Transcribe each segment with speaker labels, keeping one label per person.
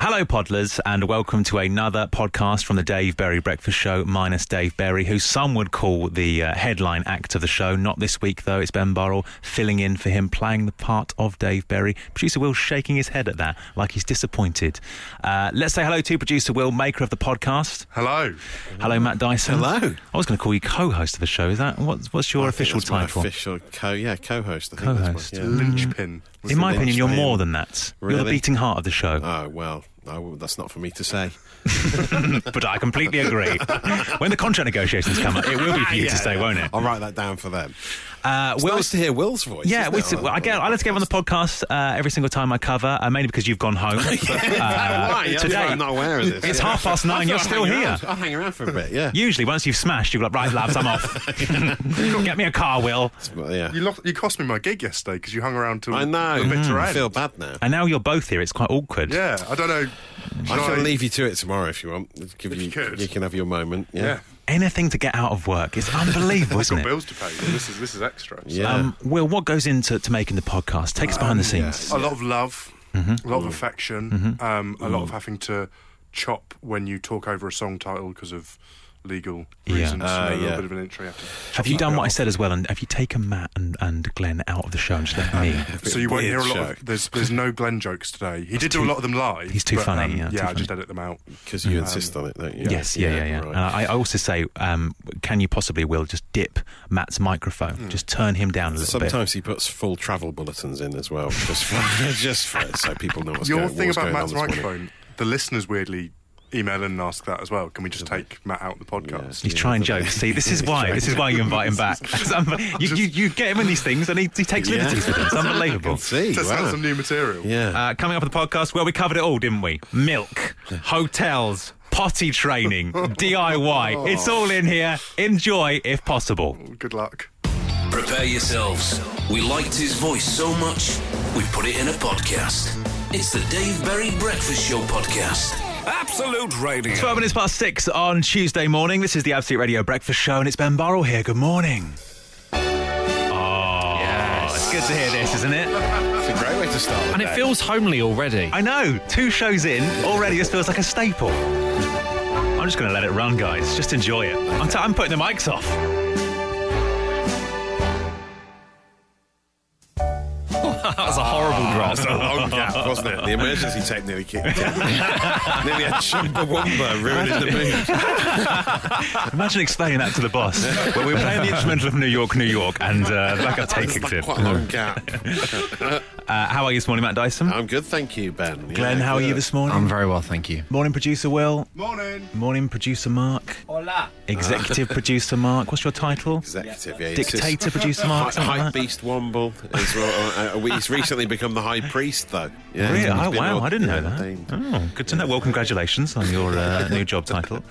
Speaker 1: Hello, Podlers, and welcome to another podcast from the Dave Berry Breakfast Show, minus Dave Berry, who some would call the uh, headline act of the show. Not this week, though. It's Ben Burrell filling in for him, playing the part of Dave Berry. Producer Will shaking his head at that, like he's disappointed. Uh, let's say hello to producer Will, maker of the podcast.
Speaker 2: Hello.
Speaker 1: Hello, Matt Dyson.
Speaker 3: Hello.
Speaker 1: I was going to call you co-host of the show. Is that what's, what's your
Speaker 3: I think
Speaker 1: official
Speaker 3: that's my
Speaker 1: title?
Speaker 3: Official co, yeah, co-host. I think
Speaker 1: Co-host.
Speaker 3: That's my, yeah.
Speaker 2: Linchpin.
Speaker 1: In my
Speaker 3: the
Speaker 1: opinion, you're
Speaker 3: linchpin.
Speaker 1: more than that. You're the
Speaker 3: Really?
Speaker 1: beating heart of the show.
Speaker 3: Oh well, I w that's not for me to say.
Speaker 1: but I completely agree. when the contract negotiations come up, it will be for you
Speaker 3: Yeah,
Speaker 1: to say,
Speaker 3: yeah.
Speaker 1: won't it?
Speaker 3: I'll write that down for them.
Speaker 1: Uh,
Speaker 3: It's
Speaker 1: Will,
Speaker 3: nice to hear Will's voice.
Speaker 1: yeah,
Speaker 3: isn't
Speaker 1: we,
Speaker 3: it,
Speaker 1: well, I get. I let's get on the podcast uh, every single time I cover, uh, mainly because you've gone home. Uh,
Speaker 3: Right, yeah,
Speaker 1: today-
Speaker 3: I'm not aware of this.
Speaker 1: It's
Speaker 3: Yeah.
Speaker 1: half past
Speaker 3: I
Speaker 1: nine.
Speaker 3: thought
Speaker 1: You're
Speaker 3: I'd
Speaker 1: still
Speaker 3: hang
Speaker 1: here.
Speaker 3: around. I'll hang around for a bit. Yeah.
Speaker 1: Usually, once you've smashed, you're like, right, lads, I'm off. Get me a car, Will.
Speaker 3: Well, yeah.
Speaker 2: You, lost, you cost me my gig yesterday because you hung around till
Speaker 3: I know. Mm.
Speaker 2: the bitter
Speaker 3: I
Speaker 2: end.
Speaker 3: feel bad now.
Speaker 1: And now you're both here. It's quite awkward.
Speaker 2: yeah, I don't know.
Speaker 3: I
Speaker 2: Shall
Speaker 3: can leave you to it tomorrow if you want. Give
Speaker 2: you could.
Speaker 3: you can have your moment. Yeah.
Speaker 2: Yeah.
Speaker 1: Anything to get out of work. It's unbelievable,
Speaker 2: I've
Speaker 1: isn't
Speaker 2: got
Speaker 1: it?
Speaker 2: bills to pay. and This is this is extra. so-
Speaker 3: Yeah.
Speaker 1: Um, Will, what goes into to making the podcast? Take us behind the scenes.
Speaker 2: A lot of love,
Speaker 1: Mm-hmm.
Speaker 2: a lot of affection, um, a lot of having to chop when you talk over a song title because of legal
Speaker 1: Yeah.
Speaker 2: reasons.
Speaker 3: Ah,
Speaker 2: you know, A
Speaker 3: yeah.
Speaker 2: little bit of an intro. You have to-
Speaker 1: Have you done what I said as well? And have you taken Matt and, and Glenn out of the show and just left me?
Speaker 2: So you won't hear a
Speaker 3: weird
Speaker 2: lot. Of,
Speaker 3: show.
Speaker 2: there's there's no Glenn jokes today. He did do a lot of them live.
Speaker 1: he's too
Speaker 2: but,
Speaker 1: funny,
Speaker 2: um,
Speaker 1: yeah, too
Speaker 2: yeah, I
Speaker 1: funny.
Speaker 2: just edit them out.
Speaker 3: Because
Speaker 2: Um,
Speaker 3: you insist on it, don't you?
Speaker 1: Yes, yeah, yeah, yeah.
Speaker 3: right.
Speaker 1: And I, I also say, um, can you possibly, Will, just dip Matt's microphone? Just turn him down a little bit.
Speaker 3: Sometimes he puts full travel bulletins in as well, just for, just for, so people know what's
Speaker 2: Your
Speaker 3: going,
Speaker 2: thing
Speaker 3: what's
Speaker 2: about
Speaker 3: going on
Speaker 2: Matt's
Speaker 3: this morning.
Speaker 2: microphone, the listeners weirdly email in and ask that as well. Can we just take Matt out of the podcast?
Speaker 1: He's trying jokes. See, this is why. This is why you invite him back. It's unbe- you, you, you get him in these things, and he, he takes
Speaker 3: Yeah.
Speaker 1: liberties with them. It's unbelievable.
Speaker 3: See,
Speaker 2: Test out
Speaker 3: wow.
Speaker 2: some new material.
Speaker 3: yeah.
Speaker 1: Uh, coming up on the podcast, well, we covered it all, didn't we? Milk, hotels, potty training, DIY. It's all in here. Enjoy if possible.
Speaker 2: Good luck.
Speaker 4: Prepare yourselves. We liked his voice so much, we put it in a podcast. It's the Dave Berry Breakfast Show podcast. Absolute radio.
Speaker 1: 12 minutes past six on Tuesday morning. This is the Absolute Radio Breakfast Show, and it's Ben Burrell here. Good morning. Oh, it's good to hear this, isn't it?
Speaker 3: It's a great way to start. the
Speaker 5: And it
Speaker 3: day.
Speaker 5: feels homely already.
Speaker 1: I know. Two shows in, already this feels like a staple. I'm just going to let it run, guys. Just enjoy it. I'm, t- I'm putting the mics off.
Speaker 5: That was a horrible drop.
Speaker 3: It's a long gap, Oh, wasn't it? The emergency tape nearly kicked in. nearly had Chumbawamba ruining the mood.
Speaker 1: Imagine explaining that to the boss. well, we were playing the instrumental of New York, New York, and uh, the backup take kicked in.
Speaker 3: Quite a long gap.
Speaker 1: Uh, how are you this morning, Matt Dyson?
Speaker 3: I'm good, thank you, Ben. Yeah,
Speaker 1: Glenn, how are you
Speaker 3: good.
Speaker 1: this morning?
Speaker 5: I'm very well, thank you.
Speaker 1: morning, producer Will.
Speaker 2: Morning.
Speaker 1: Morning, producer Mark. Hola. Executive producer Mark. What's your title?
Speaker 3: Executive, yeah. he's just-
Speaker 1: Dictator producer Mark. something
Speaker 3: Hype
Speaker 1: like that?
Speaker 3: beast Womble as well. Uh, uh, he's recently become the high priest, though. Yeah,
Speaker 1: Really?
Speaker 3: he's
Speaker 1: Oh,
Speaker 3: been
Speaker 1: wow. I didn't know
Speaker 3: ordained.
Speaker 1: that. Oh, good to know. Well, congratulations on your uh, new job title.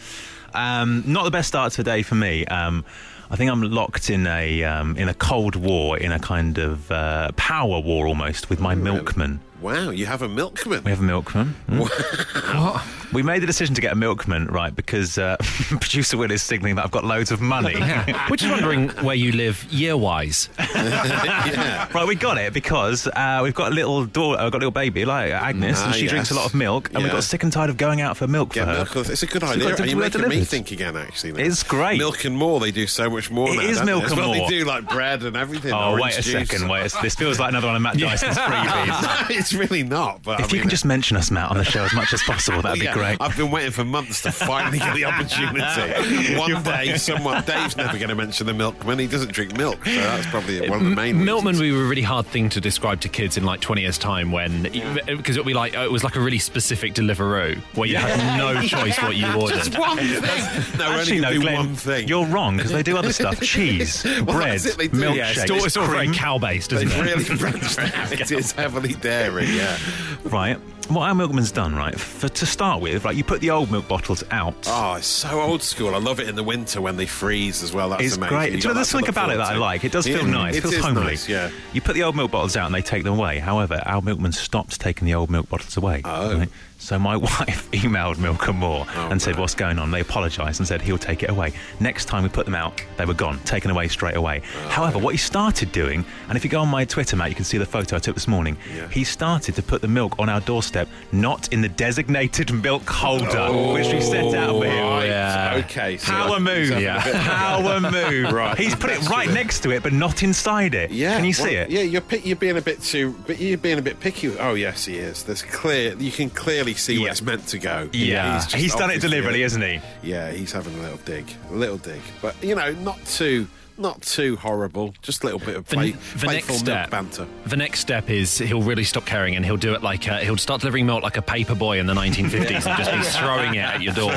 Speaker 1: Um, not the best start to the day for me. Um, I think I'm locked in a um, in a cold war, in a kind of uh, power war almost with my milkman.
Speaker 3: Wow, you have a milkman. Hmm?
Speaker 1: We have a milkman. Mm. We made the decision to get a milkman, right? Because uh, producer Will is signalling that I've got loads of money.
Speaker 5: We're just wondering where you live year wise.
Speaker 3: yeah.
Speaker 1: Right, we got it because uh, we've got a little daughter, uh, got a little baby like Agnes,
Speaker 3: Ah,
Speaker 1: and she drinks a
Speaker 3: yes.
Speaker 1: lot of milk, and we
Speaker 3: Yeah.
Speaker 1: got sick and tired of going out for milk
Speaker 3: Get
Speaker 1: for her.
Speaker 3: milk. It's a
Speaker 1: we've
Speaker 3: good
Speaker 1: got
Speaker 3: idea.
Speaker 1: to do
Speaker 3: and you're
Speaker 1: it
Speaker 3: making me
Speaker 1: delivered.
Speaker 3: think again, actually. now.
Speaker 1: It's great.
Speaker 3: Milk and more. They do so much more.
Speaker 1: It
Speaker 3: now,
Speaker 1: is
Speaker 3: don't they?
Speaker 1: Milk
Speaker 3: It's
Speaker 1: and
Speaker 3: what
Speaker 1: More.
Speaker 3: They do like bread and everything.
Speaker 1: Oh,
Speaker 3: orange
Speaker 1: wait a
Speaker 3: juice.
Speaker 1: second. Wait, a- this feels like another one of Matt Dyson's freebies.
Speaker 3: it's really not. But I
Speaker 1: If you
Speaker 3: mean,
Speaker 1: can just mention us, Matt, on the show as much as possible, that'd be
Speaker 3: yeah,
Speaker 1: great.
Speaker 3: I've been waiting for months to finally get the opportunity. One day, someone Dave's never going to mention the milkman. He doesn't drink milk, so that's probably one of the main.
Speaker 5: Milkman
Speaker 3: reasons.
Speaker 5: would be a really hard thing to describe to kids in like 20 years' time when, because it would be like, it was like a really specific Deliveroo where you had no choice what you ordered.
Speaker 3: Just one thing. No,
Speaker 1: Actually,
Speaker 3: only
Speaker 1: no,
Speaker 3: do
Speaker 1: Glenn,
Speaker 3: one thing.
Speaker 1: you're wrong because they do other stuff: cheese, bread,
Speaker 3: that's it, they do.
Speaker 1: milkshakes,
Speaker 5: yeah, it's all, it's all very
Speaker 1: cream.
Speaker 5: cow based,
Speaker 3: They've
Speaker 5: isn't it?
Speaker 3: really branched out. It is heavily dairy, yeah.
Speaker 1: Right. What our milkman's done, right? For to start with, right, you put the old milk bottles out.
Speaker 3: Oh, it's so old school. I love it in the winter when they freeze as well. That's
Speaker 1: It's
Speaker 3: amazing.
Speaker 1: great. Do
Speaker 3: You've
Speaker 1: you know,
Speaker 3: got
Speaker 1: there's
Speaker 3: that to
Speaker 1: something
Speaker 3: look
Speaker 1: about it
Speaker 3: forward
Speaker 1: that I
Speaker 3: to.
Speaker 1: like. It does feel
Speaker 3: Yeah,
Speaker 1: nice. It
Speaker 3: It
Speaker 1: feels
Speaker 3: is
Speaker 1: homely.
Speaker 3: nice, yeah.
Speaker 1: You put the old milk bottles out and they take them away. However, our milkman stopped taking the old milk bottles away.
Speaker 3: Oh.
Speaker 1: So my wife emailed Milk and More and said,
Speaker 3: right.
Speaker 1: "What's going on?" They apologised and said he'll take it away. Next time we put them out, they were gone, taken away straight away.
Speaker 3: Oh.
Speaker 1: However, what he started doing, and if you go on my Twitter, Matt, you can see the photo I took this morning.
Speaker 3: Yeah.
Speaker 1: He started to put the milk on our doorstep step, not in the designated milk holder, which we set out for him.
Speaker 3: Right.
Speaker 5: yeah.
Speaker 3: Okay. so
Speaker 1: Power
Speaker 3: he's
Speaker 1: move.
Speaker 3: having a
Speaker 5: Yeah.
Speaker 3: bit of a
Speaker 1: Power move.
Speaker 3: Right,
Speaker 1: He's put it
Speaker 3: next to
Speaker 1: right
Speaker 3: it.
Speaker 1: next to it, but not inside it.
Speaker 3: Yeah,
Speaker 1: Can you see
Speaker 3: well,
Speaker 1: it?
Speaker 3: Yeah, you're pick, you're being a bit too, but you're being a bit picky. Oh yes, he is. There's clear. You can clearly see where
Speaker 1: Yeah.
Speaker 3: it's meant to go.
Speaker 1: Yeah.
Speaker 3: just
Speaker 1: He's done it
Speaker 3: obviously- uh,
Speaker 1: deliberately, isn't he?
Speaker 3: Yeah, he's having a little dig, a little dig, but you know, not too, not too horrible. Just a little bit of
Speaker 5: The,
Speaker 3: play,
Speaker 5: the
Speaker 3: playful
Speaker 5: next
Speaker 3: milk
Speaker 5: step,
Speaker 3: banter.
Speaker 5: the next step is he'll really stop caring and he'll do it like a, he'll start delivering milk like a paper boy in the 1950s and just be throwing it at your door.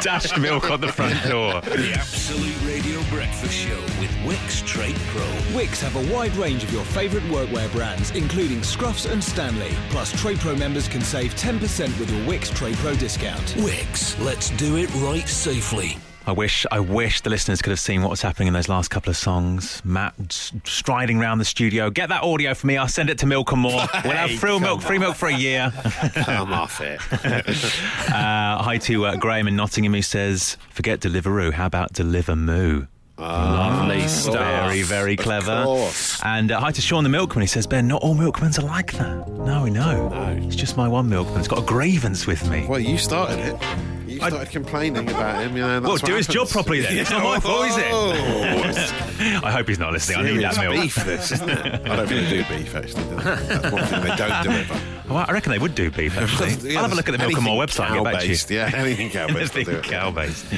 Speaker 1: Dashed milk on the front door.
Speaker 4: The Absolute Radio Breakfast Show with Wix Trade Pro.
Speaker 6: Wix have a wide range of your favourite workwear brands, including Scruffs and Stanley. Plus, Trade Pro members can save 10% with your Wix Trade Pro discount.
Speaker 4: Wix, let's do it right safely.
Speaker 1: I wish, I wish the listeners could have seen what was happening in those last couple of songs. Matt s- striding round the studio. Get that audio for me. I'll send it to Milk and More. We'll have
Speaker 3: Hey,
Speaker 1: free
Speaker 3: come
Speaker 1: milk, free milk for a year.
Speaker 3: Come off it.
Speaker 1: Uh, hi to uh, Graham in Nottingham who says, forget Deliveroo. How about Deliver Moo? Lovely stuff. Very, very
Speaker 3: Ah, Of
Speaker 1: clever.
Speaker 3: course.
Speaker 1: And uh, hi to Sean the Milkman. He says, Ben, not all milkmen are like that. No, we know. It's just my one milkman. He's got a grievance with me.
Speaker 3: Well, you started it. You started complaining about him. You know, and that's
Speaker 1: Well,
Speaker 3: what
Speaker 1: do his
Speaker 3: happens.
Speaker 1: job properly then. It's not my fault, is it?
Speaker 3: it?
Speaker 1: I hope he's not listening. I need that milk.
Speaker 3: beef, this, isn't it? I don't think they do beef, actually. do they? That's one thing they don't deliver.
Speaker 1: Well, I reckon they would do beef, actually.
Speaker 3: Yeah,
Speaker 1: I'll have a look at the Milk and
Speaker 3: anything
Speaker 1: More website and get back to you.
Speaker 3: cow-based, Yeah, anything cow-based. will do
Speaker 1: Anything
Speaker 3: it.
Speaker 1: cow-based.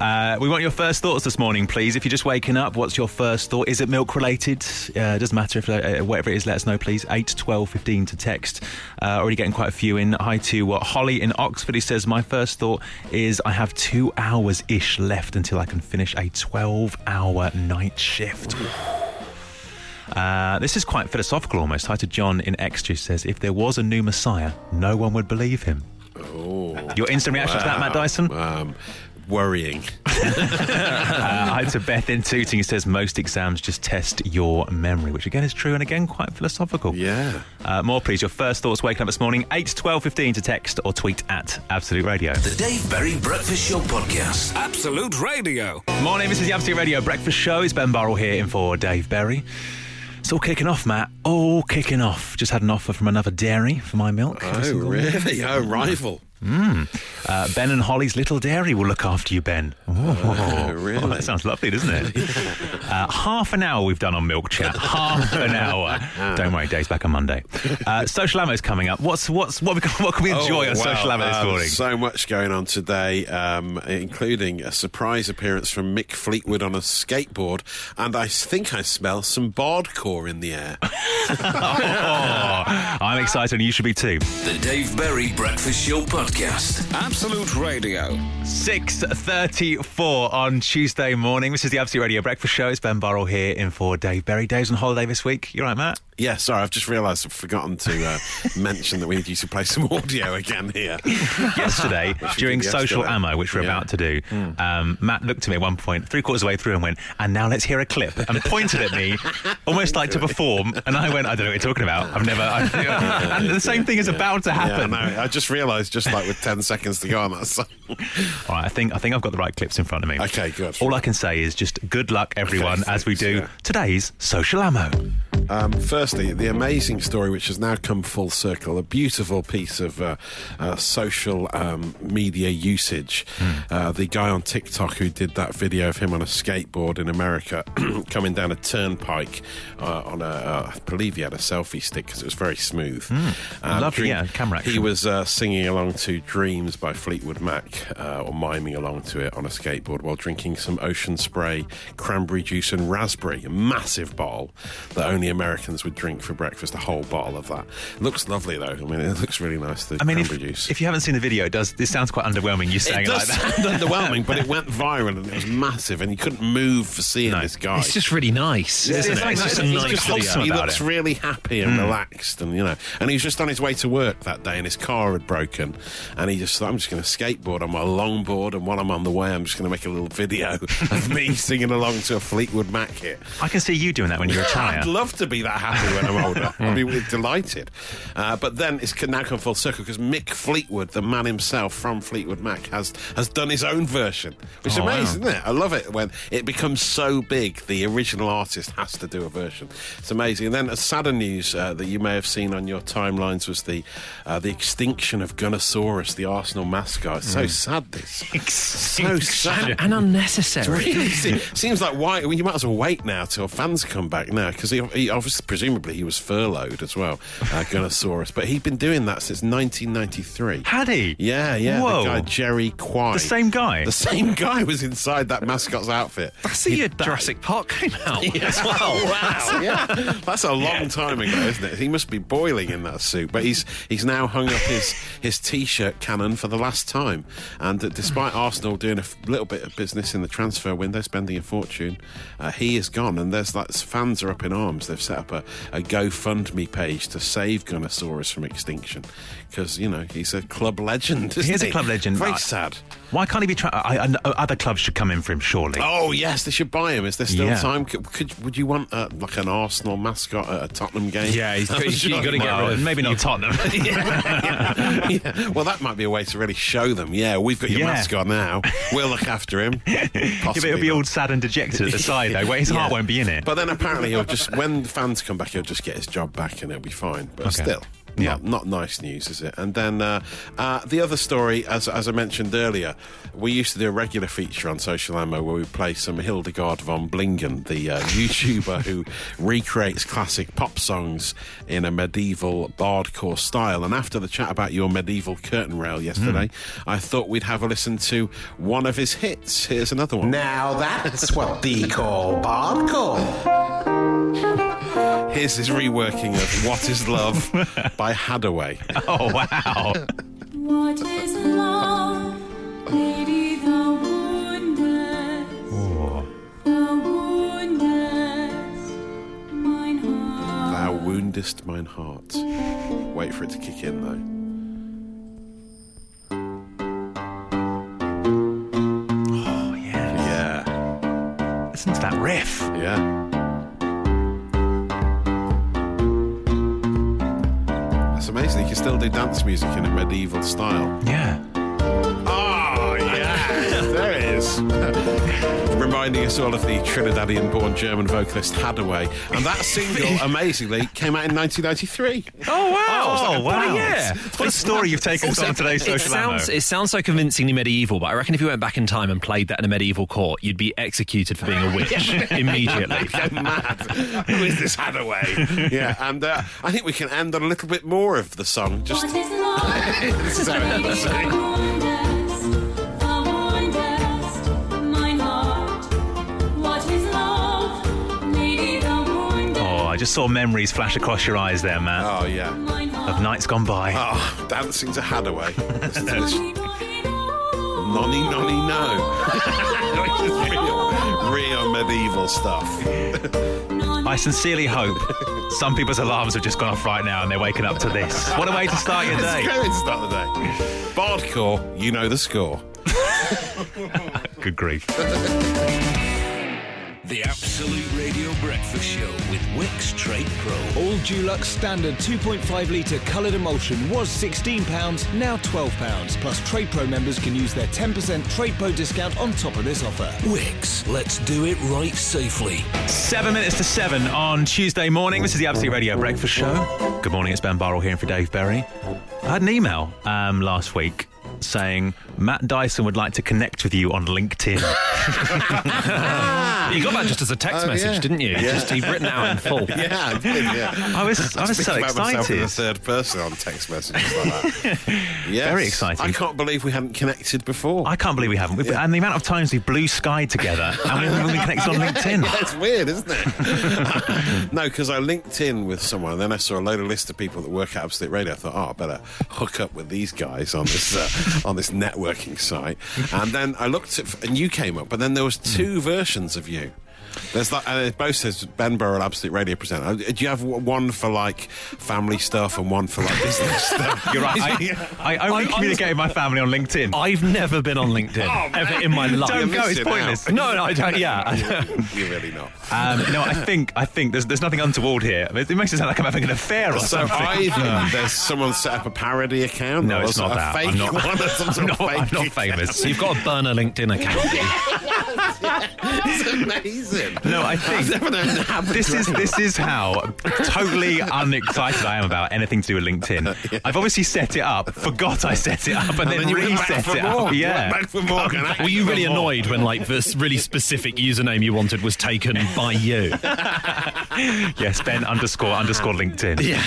Speaker 1: Uh, we want your first thoughts this morning, please. If you're just waking up, what's your first thought? Is it milk related? Uh, doesn't matter if uh, whatever it is, let us know, please. 8, 12, 15 to text. Uh, already getting quite a few in. Hi to what Holly in Oxford. He says, My first thought is I have two hours ish left until I can finish a 12 hour night shift. Uh, this is quite philosophical almost. Hi to John in Extra who says, If there was a new Messiah, no one would believe him. Your instant reaction to that, Matt Dyson?
Speaker 3: Um, worrying.
Speaker 1: Uh, hi to Beth in Tooting who says, Most exams just test your memory, which again is true and again quite philosophical.
Speaker 3: Yeah.
Speaker 1: Uh, more, please. Your first thoughts waking up this morning, 8 12 15 to text or tweet at Absolute Radio.
Speaker 4: The Dave Berry Breakfast Show podcast.
Speaker 6: Absolute Radio.
Speaker 1: Morning, this is the Absolute Radio Breakfast Show. It's Ben Burrell here in for Dave Berry. It's all kicking off, Matt. All kicking off. Just had an offer from another dairy for my milk.
Speaker 3: Oh, really? Oh, rival.
Speaker 1: Uh, ben and Holly's Little Dairy will look after you, Ben. Oh,
Speaker 3: really?
Speaker 1: that sounds lovely, doesn't it? uh, half an hour we've done on Milk Chat. Half an hour. Don't worry, day's back on Monday. Uh, social Ammo's coming up. What's what's what, we can, what can we enjoy
Speaker 3: Oh,
Speaker 1: on Social
Speaker 3: wow.
Speaker 1: Ammo this
Speaker 3: Um,
Speaker 1: morning?
Speaker 3: So much going on today, um, including a surprise appearance from Mick Fleetwood on a skateboard, and I think I smell some bardcore in the air.
Speaker 1: Oh, I'm excited, and you should be too.
Speaker 4: The Dave Berry Breakfast Show podcast.
Speaker 6: Absolute Radio.
Speaker 1: 6.34 on Tuesday morning. This is the Absolute Radio Breakfast Show. It's Ben Burrell here in for Dave Berry. Dave's on holiday this week. You all right, Matt?
Speaker 3: Yeah, sorry, I've just realised I've forgotten to uh, mention that we need you to play some audio again here.
Speaker 1: yesterday during
Speaker 3: did
Speaker 1: social
Speaker 3: yesterday.
Speaker 1: ammo, which we're
Speaker 3: Yeah. Hmm.
Speaker 1: about to do, um, Matt looked at me at one point, three quarters of the way through, and went, "And now let's hear a clip," and pointed at me, almost like to perform. And I went, "I don't know what you're talking about. I've never." I've, and the same thing is about to
Speaker 3: Yeah,
Speaker 1: happen.
Speaker 3: no, I just realised, just like with 10 seconds to go on that song.
Speaker 1: All right, I think I think I've got the right clips in front of me.
Speaker 3: Okay, good.
Speaker 1: All I can say is just good luck, everyone, as we
Speaker 3: thanks,
Speaker 1: do
Speaker 3: yeah.
Speaker 1: today's social ammo.
Speaker 3: Um, firstly, the amazing story which has now come full circle, a beautiful piece of uh, uh, social um, media usage.
Speaker 1: Hmm.
Speaker 3: Uh, the guy on TikTok who did that video of him on a skateboard in America coming down a turnpike uh, on a, uh, I believe he had a selfie stick because it was very smooth. Um,
Speaker 1: Hmm. Lovely, yeah, camera
Speaker 3: He
Speaker 1: action.
Speaker 3: was uh, singing along to Dreams by Fleetwood Mac uh, or miming along to it on a skateboard while drinking some ocean spray, cranberry juice, and raspberry. A massive bottle that only Americans would drink for breakfast, a whole bottle of that. Looks lovely, though. I mean, it looks really nice, the
Speaker 1: I mean, if,
Speaker 3: cranberry juice.
Speaker 1: if you haven't seen the video, it does this sounds quite underwhelming? You saying
Speaker 3: it
Speaker 1: it like
Speaker 3: does
Speaker 1: that?
Speaker 3: sound underwhelming, but it went viral and it was massive, and you couldn't move for seeing this guy.
Speaker 5: It's just really nice, isn't it?
Speaker 1: like
Speaker 5: It's
Speaker 1: nice-
Speaker 5: just a
Speaker 1: it's
Speaker 5: nice
Speaker 1: just
Speaker 5: video. Hmm.
Speaker 1: wholesome.
Speaker 3: he
Speaker 1: about
Speaker 3: looks
Speaker 1: it.
Speaker 3: really happy and relaxed, and you know, and he was just on his way to work that day, and his car had broken, and he just thought, I'm just going to skateboard on my longboard, and while I'm on the way, I'm just going to make a little video of me singing along to a Fleetwood Mac hit.
Speaker 1: I can see you doing that when you retire.
Speaker 3: I'd love to to be that happy when I'm older. I'll be delighted. Uh, but then it's can now come full circle because Mick Fleetwood, the man himself from Fleetwood Mac, has has done his own version, which is
Speaker 1: Oh, wow.
Speaker 3: amazing, isn't it? I love it when it becomes so big, the original artist has to do a version. It's amazing. And then a sadder news uh, that you may have seen on your timelines was the uh, the extinction of Gunnosaurus, the Arsenal mascot. It's
Speaker 1: Hmm.
Speaker 3: so sad, this. so sad.
Speaker 5: and unnecessary.
Speaker 3: Really? Se- Seems like why well, you might as well wait now till fans come back now because he, he obviously presumably he was furloughed as well, uh, Gunnosaurus. But he'd been doing that since 1993.
Speaker 1: Had he?
Speaker 3: Yeah, yeah.
Speaker 1: Whoa.
Speaker 3: The guy Jerry Quine.
Speaker 1: The same guy?
Speaker 3: The same guy was inside that mascot's outfit.
Speaker 5: I see your Jurassic Park came out as well.
Speaker 3: Wow, yeah, that's a long time ago, isn't it? He must be boiling in that suit. But he's he's now hung up his his t-shirt cannon for the last time. And uh, despite Arsenal doing a f- little bit of business in the transfer window, spending a fortune, uh, he is gone. And there's like fans are up in arms. They've set up a, a GoFundMe page to save Gunnosaurus from extinction because you know he's a club legend. Isn't
Speaker 1: He is a
Speaker 3: he?
Speaker 1: club legend.
Speaker 3: Very
Speaker 1: I-
Speaker 3: sad.
Speaker 1: Why can't he be? Tra- I, I, I- other clubs should come in for him, surely.
Speaker 3: Oh yes, they should buy him. Is there still
Speaker 1: Yeah.
Speaker 3: time? Could, could would you want uh, like an Arsenal mascot at a Tottenham game?
Speaker 5: Yeah, he's-
Speaker 3: I'm
Speaker 5: you
Speaker 3: sure
Speaker 5: gotta
Speaker 3: he
Speaker 5: get
Speaker 3: might.
Speaker 1: Well,
Speaker 5: rid of-
Speaker 1: maybe not Tottenham.
Speaker 3: Yeah. Yeah. Well, that might be a way to really show them. Yeah, we've got your
Speaker 1: Yeah.
Speaker 3: mascot now. We'll look after him.
Speaker 1: If
Speaker 3: Possibly
Speaker 1: It'll be all
Speaker 3: not.
Speaker 1: sad and dejected at the side, though. Where his heart
Speaker 3: Yeah.
Speaker 1: won't be in it.
Speaker 3: But then apparently he'll just when the fans come back, he'll just get his job back and it'll be fine. But
Speaker 1: Okay.
Speaker 3: still.
Speaker 1: Yeah.
Speaker 3: Not, not nice news, is it? And then uh, uh, the other story, as, as I mentioned earlier, we used to do a regular feature on Social Ammo where we play some Hildegard von Blingen, the uh, YouTuber who recreates classic pop songs in a medieval bardcore style. And after the chat about your medieval curtain rail yesterday,
Speaker 7: Hmm.
Speaker 3: I thought we'd have a listen to one of his hits. Here's another one.
Speaker 7: Now that's what they call bardcore.
Speaker 3: Here's his reworking of What is Love by Hadaway.
Speaker 1: Oh wow!
Speaker 8: What is love? Lady, the woundest, the woundest, mine heart.
Speaker 3: Thou woundest mine heart. Wait for it to kick in, though.
Speaker 1: Oh yeah!
Speaker 3: Yeah,
Speaker 1: Listen to that riff.
Speaker 3: yeah. That's amazing. You can still do dance music in a medieval style.
Speaker 1: Yeah.
Speaker 3: Oh, yeah. there it is. Reminding us all of the Trinidadian born German vocalist Hadaway. And that single, amazingly, came out in 1993.
Speaker 1: Oh wow!
Speaker 3: Oh,
Speaker 1: wow!
Speaker 3: wow.
Speaker 1: What a story you've taken us on today's
Speaker 5: it,
Speaker 1: social ammo.
Speaker 5: sounds, it sounds so convincingly medieval, but I reckon if you went back in time and played that in a medieval court, you'd be executed for being a witch immediately.
Speaker 3: Who is this Hadaway? yeah, and uh, I think we can end on a little bit more of the song. Just
Speaker 8: What is love?
Speaker 3: so
Speaker 8: Lady, the woundest, the woundest, mine heart. What is love? Lady, the
Speaker 1: Oh,
Speaker 8: woundest,
Speaker 1: I just saw memories flash across your eyes there, Matt,
Speaker 3: Oh yeah.
Speaker 8: mine
Speaker 1: of
Speaker 8: heart.
Speaker 1: nights gone by.
Speaker 3: Oh, dancing to Hadaway. Listen to this.
Speaker 8: Nonny, nonny,
Speaker 3: Nonny, nonny,
Speaker 8: no.
Speaker 3: no. Which is real, real medieval stuff.
Speaker 8: Nonny,
Speaker 1: I sincerely hope some people's alarms have just gone off right now and they're waking up to this. What a way to start your
Speaker 3: Let's
Speaker 1: day!
Speaker 3: go and start the day. Bardcore, you know the score.
Speaker 1: Good grief.
Speaker 4: The Absolute Radio Breakfast Show with Wix Trade Pro.
Speaker 6: All Dulux standard 2.5 litre coloured emulsion was £16, now £12. Plus, TradePro members can use their 10% TradePro discount on top of this offer.
Speaker 4: Wix, let's do it right safely.
Speaker 1: Seven minutes to seven on Tuesday morning. This is the Absolute Radio Breakfast Show. Good morning, it's Ben Barrell here for Dave Berry. I had an email um, last week saying Matt Dyson would like to connect with you on LinkedIn.
Speaker 5: you got that just as a text
Speaker 3: Oh,
Speaker 5: message,
Speaker 3: yeah.
Speaker 5: didn't you? Just you've written it out in full.
Speaker 3: Yeah, I did, yeah.
Speaker 1: I was, I was so
Speaker 3: Speaking about myself in the
Speaker 1: excited.
Speaker 3: third person on text messages like that. Yes.
Speaker 1: Very exciting.
Speaker 3: I can't believe we hadn't connected before.
Speaker 1: I can't believe we haven't. We've,
Speaker 3: Yeah.
Speaker 1: And the amount of times we've blue skied together and we haven't been connected on LinkedIn.
Speaker 3: Yeah, it's weird, isn't it? no, because I linked in with someone, and then I saw a load of list of people that work at Absolute Radio. I thought, oh, I better hook up with these guys on this uh, on this networking site. And then I looked at, and you came up, but then there was two versions of you. There's that. Uh, it both says Ben Burrell, absolute radio presenter. Uh, Do you have w- one for like family stuff and one for like business stuff?
Speaker 1: You're right. I, I only
Speaker 5: I'm-
Speaker 1: communicate with my family on LinkedIn.
Speaker 5: I've never been on LinkedIn ever in my life.
Speaker 1: Don't go. It's
Speaker 3: missing out.
Speaker 1: pointless.
Speaker 5: No, no, I don't. Yeah, I don't.
Speaker 3: You're really not.
Speaker 1: Um, no, I think I think there's there's nothing untoward here. It, it makes it sound like I'm having an affair or
Speaker 3: So
Speaker 1: something.
Speaker 3: either there's someone set up a parody account,
Speaker 1: Um, No,
Speaker 3: or
Speaker 1: it's
Speaker 3: a
Speaker 1: not that.
Speaker 3: fake
Speaker 1: I'm not-
Speaker 3: one, or some
Speaker 1: I'm
Speaker 3: sort of
Speaker 1: not, I'm
Speaker 3: fake
Speaker 1: not famous.
Speaker 5: So you've got to burn a LinkedIn account.
Speaker 3: It's amazing.
Speaker 1: No, I think-
Speaker 3: I've never known that happen.
Speaker 1: This is this is how totally unexcited I am about anything to do with LinkedIn. I've obviously set it up, forgot I set it up, and, then,
Speaker 3: then you went back
Speaker 1: reset
Speaker 3: for
Speaker 1: it
Speaker 3: more.
Speaker 1: up.
Speaker 3: You
Speaker 1: Yeah,
Speaker 3: went back for more.
Speaker 1: Come
Speaker 3: Can I-
Speaker 5: Were you really annoyed when like this really specific username you wanted was taken by you?
Speaker 1: Yes, Ben underscore underscore LinkedIn. Yeah.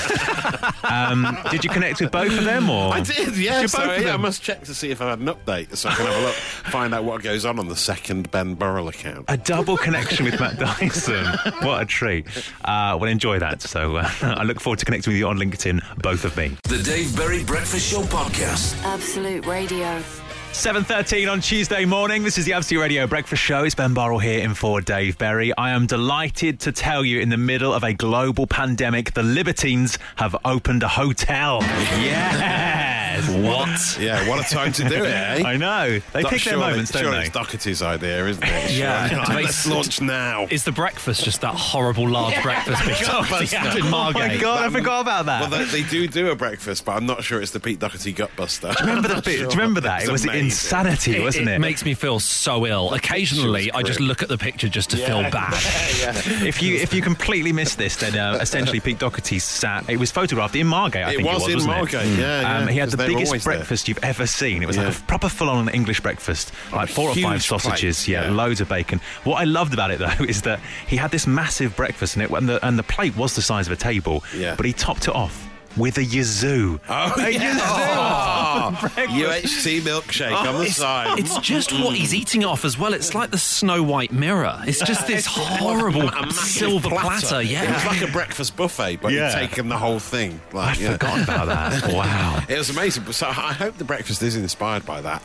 Speaker 1: um, did you connect with both of them or?
Speaker 3: I did, yeah.
Speaker 1: You're both
Speaker 3: so,
Speaker 1: of
Speaker 3: yeah, I
Speaker 1: them.
Speaker 3: must check to see if I had an update, so I can have a look, find out what goes on on the second Ben Burrell account.
Speaker 1: A double connection with Matt Dyson. What a treat. Uh, well, enjoy that. So uh, I look forward to connecting with you on LinkedIn, both of me.
Speaker 4: The Dave Berry Breakfast Show podcast.
Speaker 9: Absolute Radio.
Speaker 1: 7.13 on Tuesday morning. This is the Absolute Radio Breakfast Show. It's Ben Barrell here in for Dave Berry. I am delighted to tell you in the middle of a global pandemic, the Libertines have opened a hotel. Yes! what?
Speaker 3: Yeah, what a time to do it, eh?
Speaker 1: I know. They
Speaker 3: Doc-
Speaker 1: pick their
Speaker 3: surely-
Speaker 1: moments, don't
Speaker 3: surely
Speaker 1: they?
Speaker 3: it's Doherty's idea, isn't it?
Speaker 5: Yeah.
Speaker 3: Surely.
Speaker 5: To make-
Speaker 3: Let's launch now.
Speaker 5: Is the breakfast just that horrible large breakfast big
Speaker 3: Gutbuster.
Speaker 5: in
Speaker 1: Oh my
Speaker 5: Margate?
Speaker 1: God, I forgot about that.
Speaker 3: Um, Well, they, they do do a breakfast, but I'm not sure it's the Pete Doherty Gutbuster.
Speaker 1: remember the
Speaker 3: I'm not
Speaker 1: bit,
Speaker 3: sure.
Speaker 1: Do you remember that?
Speaker 3: It's
Speaker 1: It was
Speaker 3: amazing.
Speaker 1: insanity, wasn't it?
Speaker 5: makes me feel so ill. Occasionally, I just look at the picture just to feel bad.
Speaker 1: if you if you completely missed this, then uh, essentially Pete Doherty sat. It was photographed in Margate. I
Speaker 3: It
Speaker 1: think
Speaker 3: was
Speaker 1: it was
Speaker 3: in
Speaker 1: wasn't
Speaker 3: Margate,
Speaker 1: It?
Speaker 3: yeah, yeah,
Speaker 1: um, he had
Speaker 3: because
Speaker 1: the
Speaker 3: they were
Speaker 1: biggest
Speaker 3: always there.
Speaker 1: breakfast you've ever seen. It was like
Speaker 3: Yeah.
Speaker 1: a proper full-on English breakfast, like four or
Speaker 3: huge
Speaker 1: five sausages,
Speaker 3: plate,
Speaker 1: yeah,
Speaker 3: yeah.
Speaker 1: loads of bacon. What I loved about it though is that he had this massive breakfast, and it and the, and the plate was the size of a table.
Speaker 3: Yeah.
Speaker 1: but he topped it off with a yazoo.
Speaker 3: Oh,
Speaker 1: a
Speaker 3: yeah.
Speaker 1: yazoo.
Speaker 3: Oh, UHC milkshake
Speaker 1: Oh,
Speaker 3: on the side.
Speaker 5: It's just what he's eating off as well. It's like the Snow White mirror. It's just this horrible silver platter.
Speaker 3: It was
Speaker 5: Yeah.
Speaker 3: like a breakfast buffet, but
Speaker 1: Yeah.
Speaker 3: you've taken the whole thing. Like,
Speaker 1: I
Speaker 3: yeah.
Speaker 1: forgot about that. Wow.
Speaker 3: It was amazing. But So I hope the breakfast is inspired by that.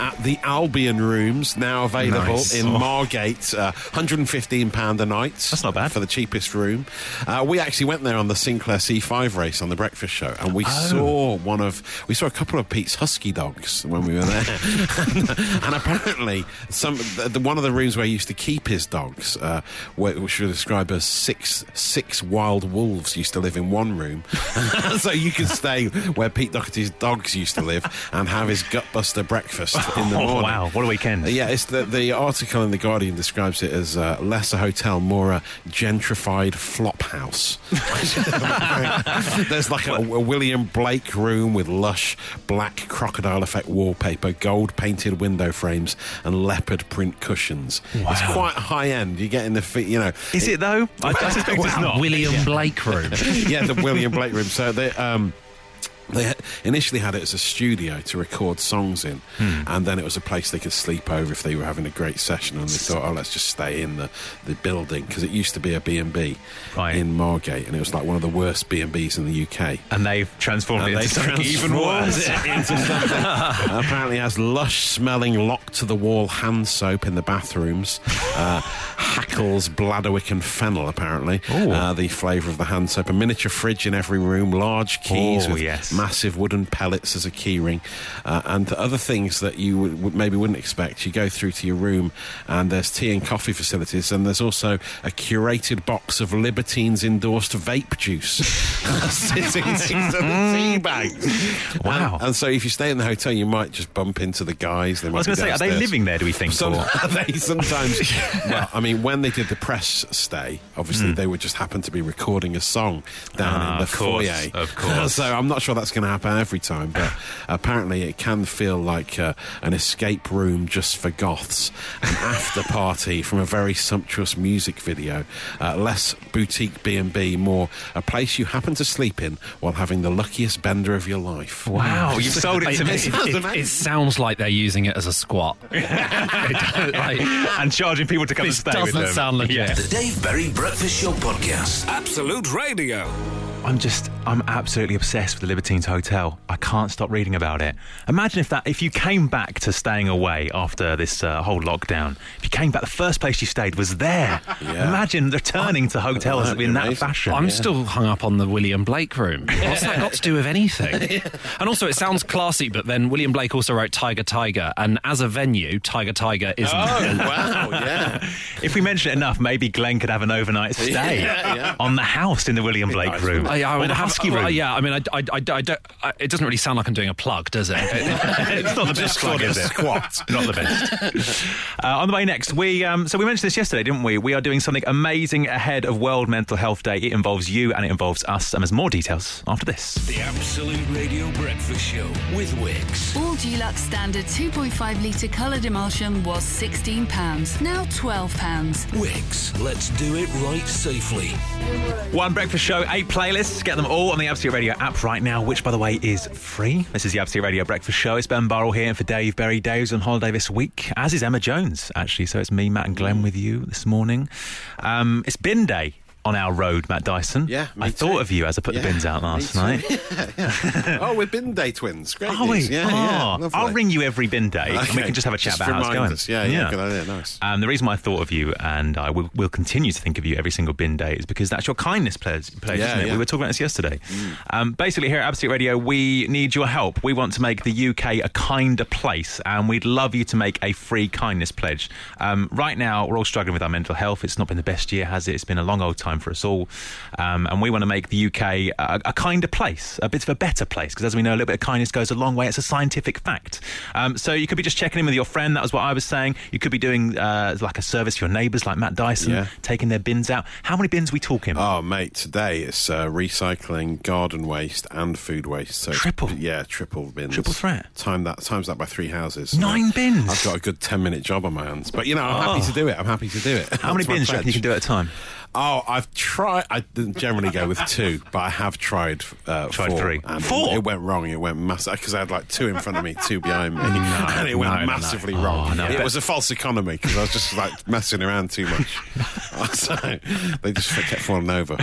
Speaker 3: At the Albion Rooms, now available
Speaker 1: Nice.
Speaker 3: in
Speaker 1: Oh.
Speaker 3: Margate, uh, £115 a night.
Speaker 1: That's not bad.
Speaker 3: For the cheapest room. Uh, we actually went there on the Sinclair C5 race on the breakfast show, and we
Speaker 1: Oh.
Speaker 3: saw one of, we saw a couple of Pete's Husky dogs when we were there. and, apparently, some the, the- one of the rooms where he used to keep his dogs, uh, wh- which we describe as six six wild wolves, used to live in one room. so you could stay where Pete Doherty's dogs used to live and have his gutbuster breakfast in the
Speaker 1: Oh,
Speaker 3: morning.
Speaker 1: wow, what a weekend.
Speaker 3: Uh, Yeah, it's the, the article in the Guardian describes it as uh, lesser hotel, more a gentrified flop house. There's like a, a William Blake room with lush black crocodile effect wallpaper, gold painted window frames, and leopard print cushions. It's
Speaker 1: Wow.
Speaker 3: quite high end. You get in the feet, you know.
Speaker 1: Is it though? I, I suspect it's not.
Speaker 5: William Blake room.
Speaker 3: yeah, the William Blake room. So they um, they had- initially had it as a studio to record songs in,
Speaker 1: Hmm.
Speaker 3: and then it was a place they could sleep over if they were having a great session. And they thought, oh, let's just stay in the, the building because it used to be a B and B
Speaker 1: Right.
Speaker 3: in Margate, and it was like one of the worst B and Bs in the UK.
Speaker 1: And they've transformed it
Speaker 3: And
Speaker 1: into
Speaker 3: they've
Speaker 1: something even
Speaker 3: transformed
Speaker 1: worse.
Speaker 3: it into something. And apparently, has lush-smelling, lock-to-the-wall hand soap in the bathrooms. Uh, Hackles, bladderwick, and fennel. Apparently, uh, the flavour of the hand soap. A miniature fridge in every room. Large keys
Speaker 1: Oh,
Speaker 3: with
Speaker 1: yes.
Speaker 3: massive wooden pellets as a keyring, uh, and other things that you would, would- maybe wouldn't expect. You go through to your room, and there's tea and coffee facilities, and there's also a curated box of Libertines endorsed vape juice sitting next to the tea bags.
Speaker 1: Wow.
Speaker 3: And, and so if you stay in the hotel, you might just bump into the guys. They
Speaker 1: I was going to say, are they living there? Do we think?
Speaker 3: some,
Speaker 1: or-
Speaker 3: they sometimes. well, I mean, when they did the press stay, obviously they would just happen to be recording a song down
Speaker 1: Hmm. Ah,
Speaker 3: in the
Speaker 1: of course,
Speaker 3: foyer.
Speaker 1: of course.
Speaker 3: so I'm not sure that's going to happen every time, but apparently it can feel like uh, an escape room just for goths, an after party from a very sumptuous music video, uh, less boutique B and B, more a place you happen to sleep in while having the luckiest bender of your life.
Speaker 1: Wow, you've sold it to me.
Speaker 5: It, it- it sounds like they're using it as a squat. It- like-
Speaker 1: and charging people to come
Speaker 5: This
Speaker 1: and stay with
Speaker 5: doesn't
Speaker 1: them.
Speaker 5: sound legit.
Speaker 1: Yeah.
Speaker 4: The Dave Berry Breakfast Show podcast.
Speaker 10: Absolute Radio.
Speaker 1: I'm just I'm absolutely obsessed with the Libertines Hotel. I can't stop reading about it. Imagine if that if you came back to staying away after this uh, whole lockdown. If you came back, the first place you stayed was there.
Speaker 3: Yeah.
Speaker 1: Imagine returning to hotels
Speaker 3: that'd be
Speaker 1: in that
Speaker 3: amazing.
Speaker 1: fashion.
Speaker 5: I'm still hung up on the William Blake room. What's that got to do with anything? And also, it sounds classy, but then William Blake also wrote Tiger Tiger, and as a venue, Tiger Tiger isn't.
Speaker 1: Oh.
Speaker 3: wow, yeah.
Speaker 1: if we mention it enough, maybe Glenn could have an overnight stay
Speaker 3: Yeah, yeah.
Speaker 1: on the house in the William Blake
Speaker 3: nice,
Speaker 1: room.
Speaker 5: I, I
Speaker 1: or
Speaker 5: would
Speaker 1: the
Speaker 5: have-
Speaker 1: Husky
Speaker 5: well,
Speaker 1: room.
Speaker 5: yeah, I mean, I, I, I, I don't. I, it doesn't really sound like I'm doing a plug, does it?
Speaker 1: it's not the best plug, is it?
Speaker 3: Squat.
Speaker 1: Not the best. uh, on the way next, we um, so we mentioned this yesterday, didn't we? We are doing something amazing ahead of World Mental Health Day. It involves you and it involves us, and there's more details after this.
Speaker 4: The Absolute Radio Breakfast Show with Wix.
Speaker 9: All Dulux standard 2.5 litre coloured emulsion was £16, now £12.
Speaker 4: Wix, let's do it right safely.
Speaker 1: One breakfast show, eight playlists. Get them all on the Absolute Radio app right now, which, by the way, is free. This is the Absolute Radio Breakfast Show. It's Ben Burrell here for Dave Berry. Dave's on holiday this week, as is Emma Jones, actually. So it's me, Matt, and Glenn with you this morning. Um, it's bin day on our road, Matt Dyson.
Speaker 3: Yeah, me
Speaker 1: I thought
Speaker 3: too.
Speaker 1: of you as I put the
Speaker 3: Yeah,
Speaker 1: bins out
Speaker 3: me
Speaker 1: last
Speaker 3: too.
Speaker 1: night.
Speaker 3: oh, we're bin day twins. Great
Speaker 1: Are we?
Speaker 3: news. Yeah,
Speaker 1: Ah,
Speaker 3: yeah. lovely.
Speaker 1: I'll ring you every bin day and we
Speaker 3: Okay.
Speaker 1: can just have a chat
Speaker 3: Just
Speaker 1: about how it's
Speaker 3: remind
Speaker 1: going.
Speaker 3: us. Yeah, yeah, good idea, nice.
Speaker 1: Um, the reason why I thought of you and I will, will continue to think of you every single bin day is because that's your kindness pledge, pledge
Speaker 3: Yeah,
Speaker 1: isn't it?
Speaker 3: yeah.
Speaker 1: We were talking about this yesterday. Um, basically, here at Absolute Radio, we need your help. We want to make the UK a kinder place and we'd love you to make a free kindness pledge. Um, right now, we're all struggling with our mental health. It's not been the best year, has it? It's been a long old time for us all. Um, and we want to make the UK a, a kinder place, a bit of a better place, because as we know, a little bit of kindness goes a long way. It's a scientific fact. Um, so you could be just checking in with your friend. That was what I was saying. You could be doing uh, like a service for your neighbours, like Matt Dyson,
Speaker 3: Yeah.
Speaker 1: taking their bins out. How many bins are we talking?
Speaker 3: Oh, mate, today it's uh, recycling, garden waste, and food waste. So
Speaker 1: Triple.
Speaker 3: Yeah, triple bins.
Speaker 1: Triple threat.
Speaker 3: Time that, times that by three houses.
Speaker 1: Nine
Speaker 3: Uh,
Speaker 1: bins. Ah.
Speaker 3: I've got a good 10 minute job on my hands. But, you know, I'm happy to do it. I'm happy to do it.
Speaker 1: How many
Speaker 3: That's my
Speaker 1: bins do you reckon you can
Speaker 3: pledge.
Speaker 1: do at a time?
Speaker 3: Oh, I've tried. I didn't generally go with two, but I have tried. Uh,
Speaker 1: Tried
Speaker 3: four,
Speaker 1: three.
Speaker 3: and
Speaker 1: Four?
Speaker 3: It went wrong. It went massive because I had like two in front of me, two behind me, and it went
Speaker 1: no, no, no.
Speaker 3: massively
Speaker 1: Oh,
Speaker 3: wrong.
Speaker 1: no, I
Speaker 3: it
Speaker 1: bet-
Speaker 3: was a false economy because I was just like messing around too much, so they just kept falling over.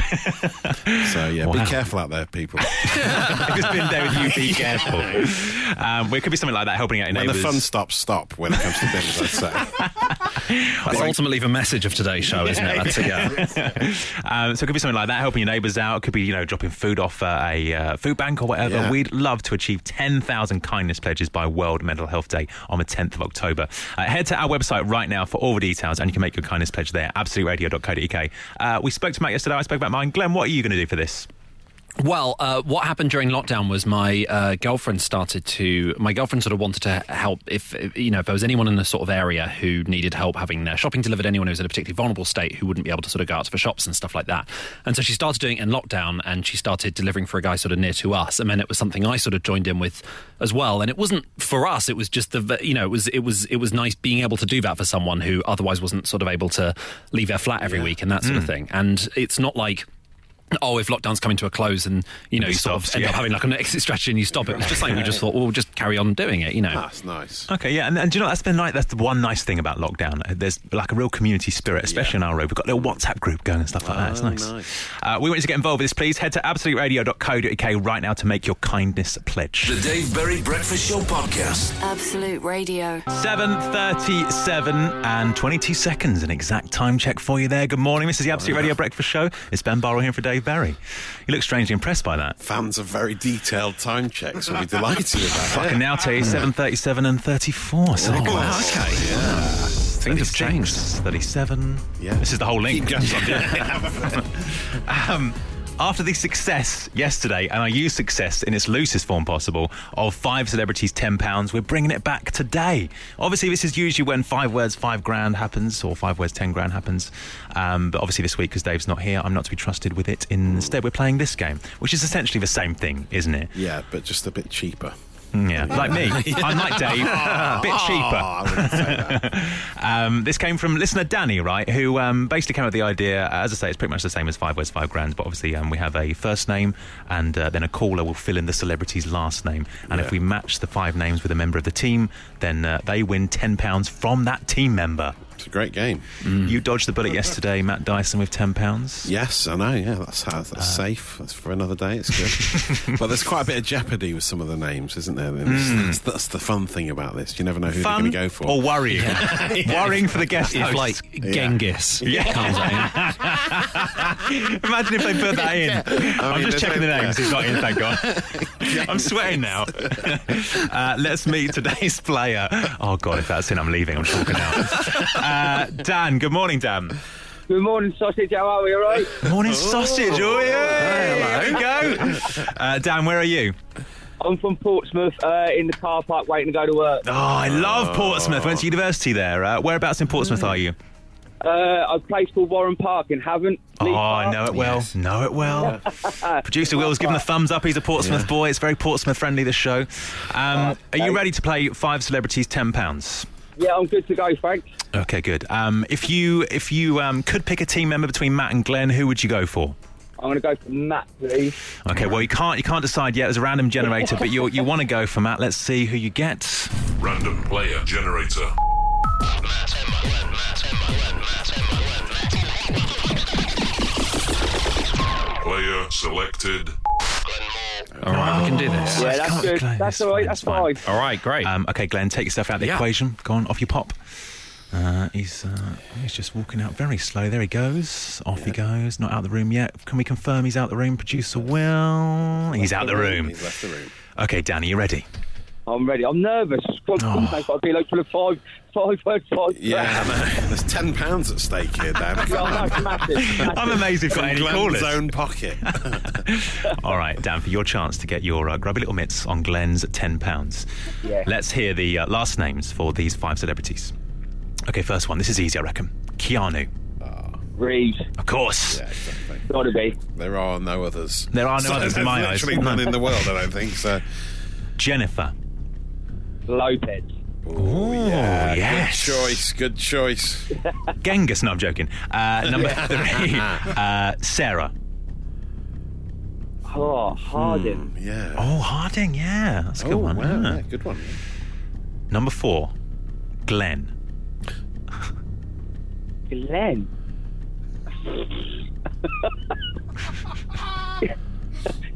Speaker 3: So yeah,
Speaker 1: Wow.
Speaker 3: be careful out there, people.
Speaker 1: if it's bin day with you, be careful. Um, well, it could be something like that, helping out your
Speaker 3: when the
Speaker 1: neighbours.
Speaker 3: fun stops, stop. When it comes to bins, I'd say.
Speaker 5: That's ultimately the message of today's show, isn't it? That's it, yeah.
Speaker 1: Um, so it could be something like that, helping your neighbours out. It could be, you know, dropping food off at a uh, food bank or whatever.
Speaker 3: Yeah.
Speaker 1: We'd love to achieve 10,000 kindness pledges by World Mental Health Day on the 10th of October. Uh, head to our website right now for all the details and you can make your kindness pledge there, absoluteradio.co.uk. Uh, we spoke to Matt yesterday. I spoke about mine. Glenn, what are you going to do for this?
Speaker 5: Well, uh, what happened during lockdown was my uh, girlfriend started to. My girlfriend sort of wanted to help if, if, you know if there was anyone in a sort of area who needed help having their shopping delivered, anyone who was in a particularly vulnerable state who wouldn't be able to sort of go out to the shops and stuff like that. And so she started doing it in lockdown, and she started delivering for a guy sort of near to us, and then it was something I sort of joined in with as well. And it wasn't for us; it was just the you know it was it was it was nice being able to do that for someone who otherwise wasn't sort of able to leave their flat every week and that sort of thing. And it's not like oh, if lockdown's coming to a close and, you know,
Speaker 1: It
Speaker 5: you sort
Speaker 1: stops,
Speaker 5: of end
Speaker 1: yeah.
Speaker 5: up having like an exit strategy and you stop it. It's just like we just thought, well, we'll just carry on doing it, you know.
Speaker 1: Ah,
Speaker 3: That's nice.
Speaker 1: Okay, yeah, and, and do you know that's been like that's the one nice thing about lockdown. Uh, There's like a real community spirit, especially in our road. We've got a little WhatsApp group going and stuff like that. It's nice. Uh, we want you to get involved with this. Please head to absoluteradio.co.uk right now to make your kindness pledge.
Speaker 4: The Dave Berry Breakfast Show podcast.
Speaker 9: Absolute Radio.
Speaker 1: Seven thirty-seven and twenty-two seconds. An exact time check for you there. Good morning. This is the Absolute Radio Breakfast Show. It's Ben Barrow here for Dave Berry. You look strangely impressed by that.
Speaker 3: Fans of very detailed time checks will be delighted with
Speaker 1: I
Speaker 3: that.
Speaker 1: can now tell you seven thirty-seven and thirty-four. So
Speaker 5: Wow, okay.
Speaker 1: things have changed. Thirty-seven.
Speaker 3: Yeah.
Speaker 1: This is the whole link.
Speaker 3: Keep going.
Speaker 1: um, after the success yesterday, and I use success in its loosest form possible, of five celebrities, £10, we're bringing it back today. Obviously, this is usually when five words, five grand happens, or five words, 10 grand happens. Um, but obviously, this week, because Dave's not here, I'm not to be trusted with it. Instead, we're playing this game, which is essentially the same thing, isn't it?
Speaker 3: Yeah, but just a bit cheaper. Ah,
Speaker 1: Mm, Yeah, like me. I'm like Dave, a bit cheaper.
Speaker 3: I wouldn't say that.
Speaker 1: Um, this came from listener Danny, right? Who um, basically came up with the idea. uh, As I say, it's pretty much the same as five words, five grand. But obviously, um, we have a first name, and uh, then a caller will fill in the celebrity's last name. And if
Speaker 3: Yeah.
Speaker 1: we match the five names with a member of the team, then uh, they win ten pounds from that team member.
Speaker 3: It's a great game.
Speaker 1: You dodged the bullet yesterday, Matt Dyson, with ten pounds.
Speaker 3: Yes, I know. Yeah, that's how
Speaker 1: Uh.
Speaker 3: that's safe. That's for another day. It's good. but there's quite a bit of jeopardy with some of the names, isn't there? And it's- That's, that's the fun thing about this. You never know who
Speaker 1: Hmm. Fun
Speaker 3: they're going to go for.
Speaker 1: or worrying? worrying for the guest
Speaker 5: If
Speaker 1: host.
Speaker 5: like Genghis comes out,
Speaker 1: Imagine if they put that in. I am
Speaker 3: mean,
Speaker 1: just
Speaker 3: there's
Speaker 1: checking the
Speaker 3: no-
Speaker 1: names. It's not in, thank God. I'm sweating now. Uh, let's meet today's player. Oh, God, if that's in, I'm leaving. I'm talking now. Uh, Dan, good morning, Dan.
Speaker 10: Good morning, sausage. How are we? All right?
Speaker 1: Morning, sausage. Oh, yeah. There we go. Uh, Dan, where are you?
Speaker 10: I'm from Portsmouth, uh, in the car park, waiting to go to work.
Speaker 1: Oh, I love Portsmouth. Went to university there. Uh, whereabouts in Portsmouth are you?
Speaker 10: Uh, a place called Warren Park in Havant.
Speaker 1: Oh,
Speaker 10: Leeds
Speaker 1: I
Speaker 10: Park.
Speaker 1: know it well. Know it well. Producer Will's giving the thumbs up. He's a Portsmouth boy. It's very Portsmouth friendly, this show. Um, are you ready to play Five Celebrities, £10?
Speaker 10: Yeah, I'm good to go, thanks.
Speaker 1: Okay, good. Um, if you if you um, could pick a team member between Matt and Glenn, who would you go for?
Speaker 10: I'm going to go for Matt, please.
Speaker 1: Okay, well you can't you can't decide yet. It was a random generator, but you you want to go for Matt. Let's see who you get.
Speaker 4: Random player generator.
Speaker 11: Player selected.
Speaker 5: all right, we can do this.
Speaker 10: Yeah, that's
Speaker 1: can't
Speaker 10: good.
Speaker 1: claim
Speaker 10: That's
Speaker 1: this
Speaker 10: all right.
Speaker 1: one,
Speaker 10: That's
Speaker 1: it's fine.
Speaker 10: fine.
Speaker 5: All right, great.
Speaker 1: Um, okay, Glenn, take yourself out of the
Speaker 5: Yeah.
Speaker 1: equation. Go on, off you pop. Uh, he's uh, he's just walking out very slow. There he goes. Off he goes. Not out the room yet. Can we confirm he's out the room? Producer Will, he's out the room.
Speaker 3: He's left the room.
Speaker 1: Okay, Danny, you ready?
Speaker 10: I'm ready. I'm nervous.
Speaker 1: Oh.
Speaker 10: I've got to be like for the five, five, five, five.
Speaker 3: Yeah, I know. there's ten pounds at stake here, Dan.
Speaker 10: Yeah, I know, Oh, it's massive. massive.
Speaker 1: I'm amazed we've got any
Speaker 3: Glenn's
Speaker 1: callers.
Speaker 3: own pocket.
Speaker 1: All right, Dan, for your chance to get your uh, grubby little mitts on Glenn's ten pounds.
Speaker 10: Yeah.
Speaker 1: Let's hear the uh, last names for these five celebrities. Okay, first one. This is easy, I reckon. Keanu,
Speaker 10: Reeves,
Speaker 1: of course.
Speaker 3: yeah, exactly.
Speaker 10: gotta be.
Speaker 3: There are no others.
Speaker 1: There are no
Speaker 3: So
Speaker 1: others in
Speaker 3: there's
Speaker 1: my eyes.
Speaker 3: literally none in the world, I don't think. So,
Speaker 1: Jennifer.
Speaker 10: Lopez.
Speaker 1: Oh
Speaker 3: yeah,
Speaker 1: yes.
Speaker 3: good choice. Good choice.
Speaker 1: Genghis. No, I'm joking. Uh, number three, uh, Sarah.
Speaker 10: Oh, Harding.
Speaker 3: Yeah.
Speaker 1: Oh, Harding. Yeah, that's a good
Speaker 3: Oh,
Speaker 1: one.
Speaker 3: wow,
Speaker 1: yeah.
Speaker 3: yeah, good one.
Speaker 1: Number four, Glenn.
Speaker 10: Glenn.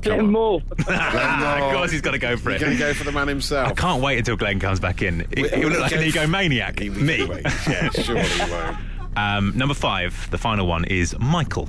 Speaker 10: Glenn Moore.
Speaker 1: of course, he's got to go for
Speaker 3: Oh. You're going
Speaker 1: it.
Speaker 3: to go for the man himself.
Speaker 1: I can't wait until Glenn comes back in. He-
Speaker 3: We-
Speaker 1: He'll look
Speaker 3: we
Speaker 1: like an
Speaker 3: go-
Speaker 1: egomaniac.
Speaker 3: He-
Speaker 1: Me.
Speaker 3: Yeah, surely he won't.
Speaker 1: Um, number five, the final one is Michael.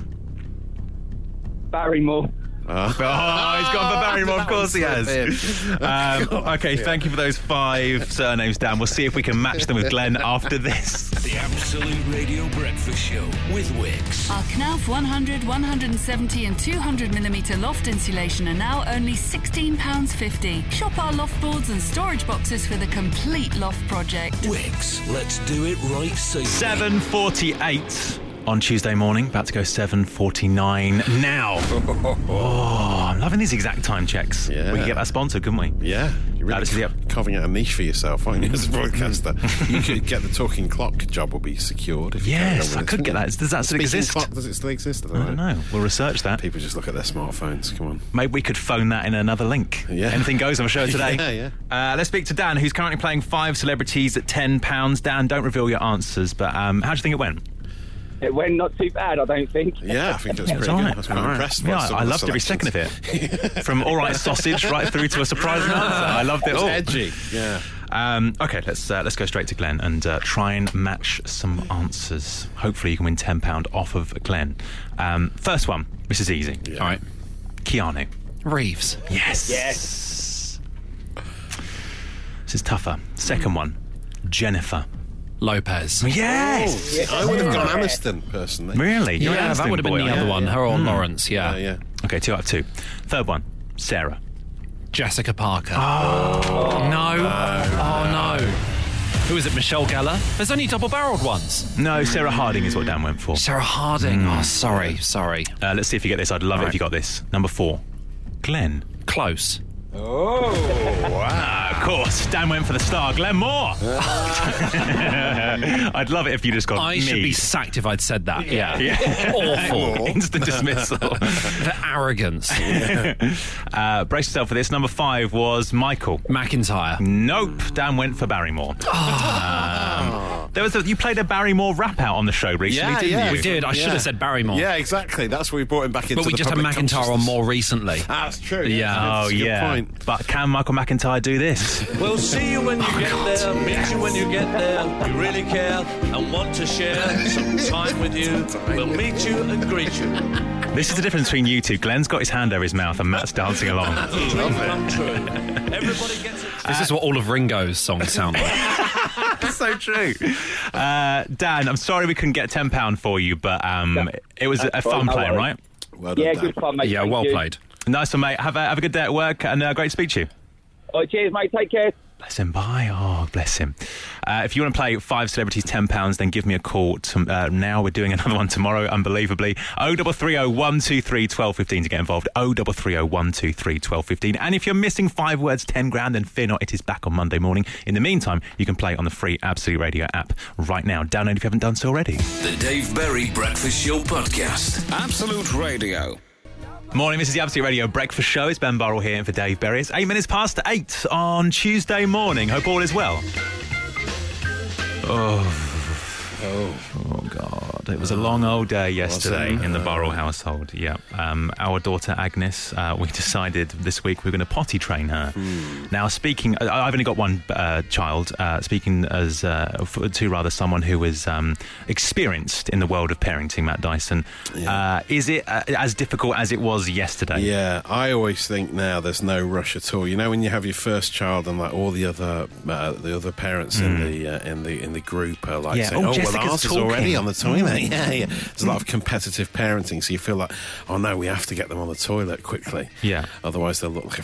Speaker 10: Barrymore.
Speaker 3: Ah.
Speaker 1: Oh, he's gone for Barrymore. Of course he has. Um, okay, thank you for those five surnames, Dan. We'll see if we can match them with Glenn after this.
Speaker 4: The Absolute Radio Breakfast Show with Wix.
Speaker 9: Our Knauf 100, 170 and 200mm loft insulation are now only £16.50. Shop our loft boards and storage boxes for the complete loft project.
Speaker 4: Wix, let's do it right safely.
Speaker 1: 7.48 on Tuesday morning. About to go 7.49 now. Oh, I'm loving these exact time checks.
Speaker 3: Yeah.
Speaker 1: We could get that sponsored, couldn't we?
Speaker 3: Yeah, you're really
Speaker 1: Alex,
Speaker 3: co-
Speaker 1: yep.
Speaker 3: carving out a niche for yourself, aren't you, as
Speaker 1: Mm.
Speaker 3: a broadcaster? you could get the talking clock job will be secured. If you carry on
Speaker 1: Yes,
Speaker 3: with
Speaker 1: I
Speaker 3: this,
Speaker 1: could get that.
Speaker 3: wouldn't you?
Speaker 1: Does that still
Speaker 3: Speaking
Speaker 1: exist?
Speaker 3: Clock, does it still exist? I don't,
Speaker 1: I don't know. We'll research that.
Speaker 3: People just look at their smartphones. Come on.
Speaker 1: Maybe we could phone that in another link.
Speaker 3: Yeah.
Speaker 1: Anything goes on the show today.
Speaker 3: Yeah,
Speaker 1: yeah. Uh, let's speak to Dan, who's currently playing five celebrities at £10. Dan, don't reveal your answers, but um, how do you think it went?
Speaker 10: It went not too bad, I don't think.
Speaker 3: Yeah, I think that's pretty
Speaker 1: It's all
Speaker 3: good.
Speaker 1: right.
Speaker 3: I was quite
Speaker 1: All right.
Speaker 3: impressed. by
Speaker 1: Yeah,
Speaker 3: some
Speaker 1: I
Speaker 3: of the
Speaker 1: loved every second of it.
Speaker 3: selections.
Speaker 1: From all right sausage right through to a surprising answer. I loved it
Speaker 3: It's
Speaker 1: all.
Speaker 3: edgy. Yeah.
Speaker 1: Um, okay, let's uh, let's go straight to Glenn and uh, try and match some answers. Hopefully, you can win ten pound off of Glenn. Um, first one. This is easy.
Speaker 5: all right,
Speaker 1: Keanu.
Speaker 5: Reeves.
Speaker 1: Yes. Yes. This is tougher. Second one. Jennifer.
Speaker 5: Lopez.
Speaker 1: Yes.
Speaker 3: I would have gone Aniston personally.
Speaker 1: Really? You're an
Speaker 5: Yeah, that
Speaker 1: Aston
Speaker 5: would have been
Speaker 1: boy,
Speaker 5: the
Speaker 1: aren't
Speaker 5: other
Speaker 1: you? Hmm.
Speaker 5: one. Her or Lawrence, yeah.
Speaker 3: Yeah, yeah.
Speaker 1: Okay, two out of two. Third one. Sarah.
Speaker 5: Jessica Parker. Oh, no. Oh, no. Who is it? Michelle Geller? There's only double barreled ones.
Speaker 1: No, Sarah Harding is what Dan went for.
Speaker 5: Sarah Harding. Oh, sorry, sorry.
Speaker 1: Uh, let's see if you get this. I'd love it if you got this. Number four. Glenn. Ah,
Speaker 5: Close.
Speaker 3: Ah.
Speaker 1: Of course, Dan went for the star, Glenn Moore. I'd love it if you just got
Speaker 5: I
Speaker 1: me.
Speaker 5: should be sacked if I'd said that. Yeah.
Speaker 1: Yeah.
Speaker 5: Awful.
Speaker 1: Instant dismissal.
Speaker 5: the arrogance.
Speaker 1: uh, brace yourself for this. Number five was Michael.
Speaker 5: McIntyre. Ah.
Speaker 1: Nope, Dan went for Barrymore. Um, There was a, you played a Barrymore rap out on the show recently,
Speaker 3: Yeah,
Speaker 1: didn't
Speaker 3: yeah.
Speaker 1: you?
Speaker 5: We did. I should
Speaker 3: Yeah.
Speaker 5: have said Barrymore.
Speaker 3: Yeah, exactly. That's what we brought him back into
Speaker 5: But we
Speaker 3: the
Speaker 5: just had
Speaker 3: public
Speaker 5: McIntyre on
Speaker 3: consciousness. Ah,
Speaker 5: more recently.
Speaker 3: That's true.
Speaker 1: Yeah.
Speaker 3: That's
Speaker 1: Oh,
Speaker 3: a good
Speaker 1: yeah.
Speaker 3: point.
Speaker 1: But can Michael McIntyre do this?
Speaker 12: We'll see you when you get
Speaker 10: Oh,
Speaker 12: there, meet you when you get there. We really care and want to share some time with you. We'll meet you and greet you.
Speaker 1: This is the difference between you two. Glenn's got his hand over his mouth and Matt's dancing along.
Speaker 12: Dream come true. Everybody gets it.
Speaker 5: This is what all of Ringo's songs sound like.
Speaker 1: so true. Uh, Dan, I'm sorry we couldn't get £10 for you, but um, it was a, a
Speaker 10: That's
Speaker 1: fun
Speaker 10: fine, Uh, no
Speaker 1: play,
Speaker 10: worries.
Speaker 1: right?
Speaker 3: Well
Speaker 10: Yeah, good fun, mate.
Speaker 5: yeah,
Speaker 10: Thank
Speaker 5: well
Speaker 10: you.
Speaker 5: played.
Speaker 1: Nice one, mate. Have a, have a good day at work and uh, great to speak to you.
Speaker 10: Oh, cheers, mate. Take care.
Speaker 1: Bless him. Bye. Oh, bless him. Uh, if you want to play Five Celebrities, £10, then give me a call to, uh, now. We're doing another one tomorrow, unbelievably. 0330 123 1215 to get involved. 0330 123 1215. And if you're missing five words, 10 grand, then fear not, it is back on Monday morning. In the meantime, you can play on the free Absolute Radio app right now. Download if you haven't done so already.
Speaker 4: The Dave Berry Breakfast Show Podcast. Absolute Radio.
Speaker 1: Morning, this is the Absolute Radio Breakfast Show. It's Ben Burrell here and for Dave Berry. It's eight minutes past eight on Tuesday morning. Hope all is well. Oh, oh, God. It was a long old day yesterday in the Burrell household. Yeah. Um, our daughter Agnes, uh, we decided this week we are going to potty train her. Now, speaking, I- I've only got one uh, child. Uh, speaking as uh, f- to rather someone who is um, experienced in the world of parenting, Matt Dyson, uh, is it uh, as difficult as it was yesterday?
Speaker 3: Yeah, I always think now there's no rush at all. You know, when you have your first child and like all the other uh, the other parents in the uh, in the in the group are like,
Speaker 1: Hmm. Yeah,
Speaker 3: saying,
Speaker 1: oh,
Speaker 3: "Oh, well,
Speaker 1: Jessica's
Speaker 3: ours is already
Speaker 1: talking." Hmm.
Speaker 3: on the toilet." Yeah, yeah. There's a lot of competitive parenting, so you feel like, "Oh no, we have to get them on the toilet quickly."
Speaker 1: Yeah.
Speaker 3: otherwise they'll look like a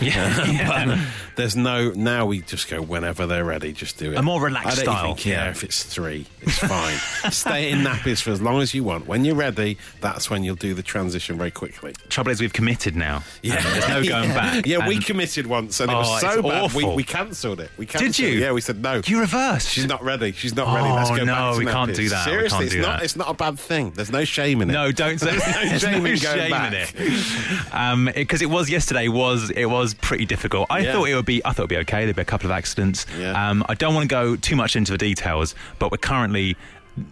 Speaker 1: Yeah.
Speaker 3: But there's no now. We just go whenever they're ready. Just do it.
Speaker 1: A more relaxed
Speaker 3: I don't
Speaker 1: style,
Speaker 3: Even care
Speaker 1: yeah.
Speaker 3: if it's three, it's fine. Stay in nappies for as long as you want. When you're ready, that's when you'll do the transition very quickly.
Speaker 1: Trouble is, we've committed now. Yeah, there's no going
Speaker 3: Yeah.
Speaker 1: back.
Speaker 3: Yeah, we
Speaker 1: And-
Speaker 3: committed once, and it
Speaker 1: Oh,
Speaker 3: was
Speaker 1: it's
Speaker 3: so bad we,
Speaker 1: awful.
Speaker 3: we cancelled it. We
Speaker 1: Did
Speaker 3: cancelled
Speaker 1: you?
Speaker 3: It. Yeah, we said no.
Speaker 1: You reversed.
Speaker 3: She's not ready. She's not ready. Let's
Speaker 1: Oh,
Speaker 3: go back
Speaker 1: no,
Speaker 3: to
Speaker 1: we can't
Speaker 3: nappies.
Speaker 1: do that. We
Speaker 3: Seriously,
Speaker 1: can't
Speaker 3: it's
Speaker 1: do
Speaker 3: not.
Speaker 1: that.
Speaker 3: It's not a bad thing. There's no shame in it.
Speaker 1: No, don't say
Speaker 3: There's no shame in going back.
Speaker 1: it. Because it was yesterday. Was it was pretty difficult. I
Speaker 3: Yeah.
Speaker 1: thought it would be. I thought it'd be okay. There'd be a couple of accidents.
Speaker 3: Yeah.
Speaker 1: Um, I don't want to go too much into the details, but we're currently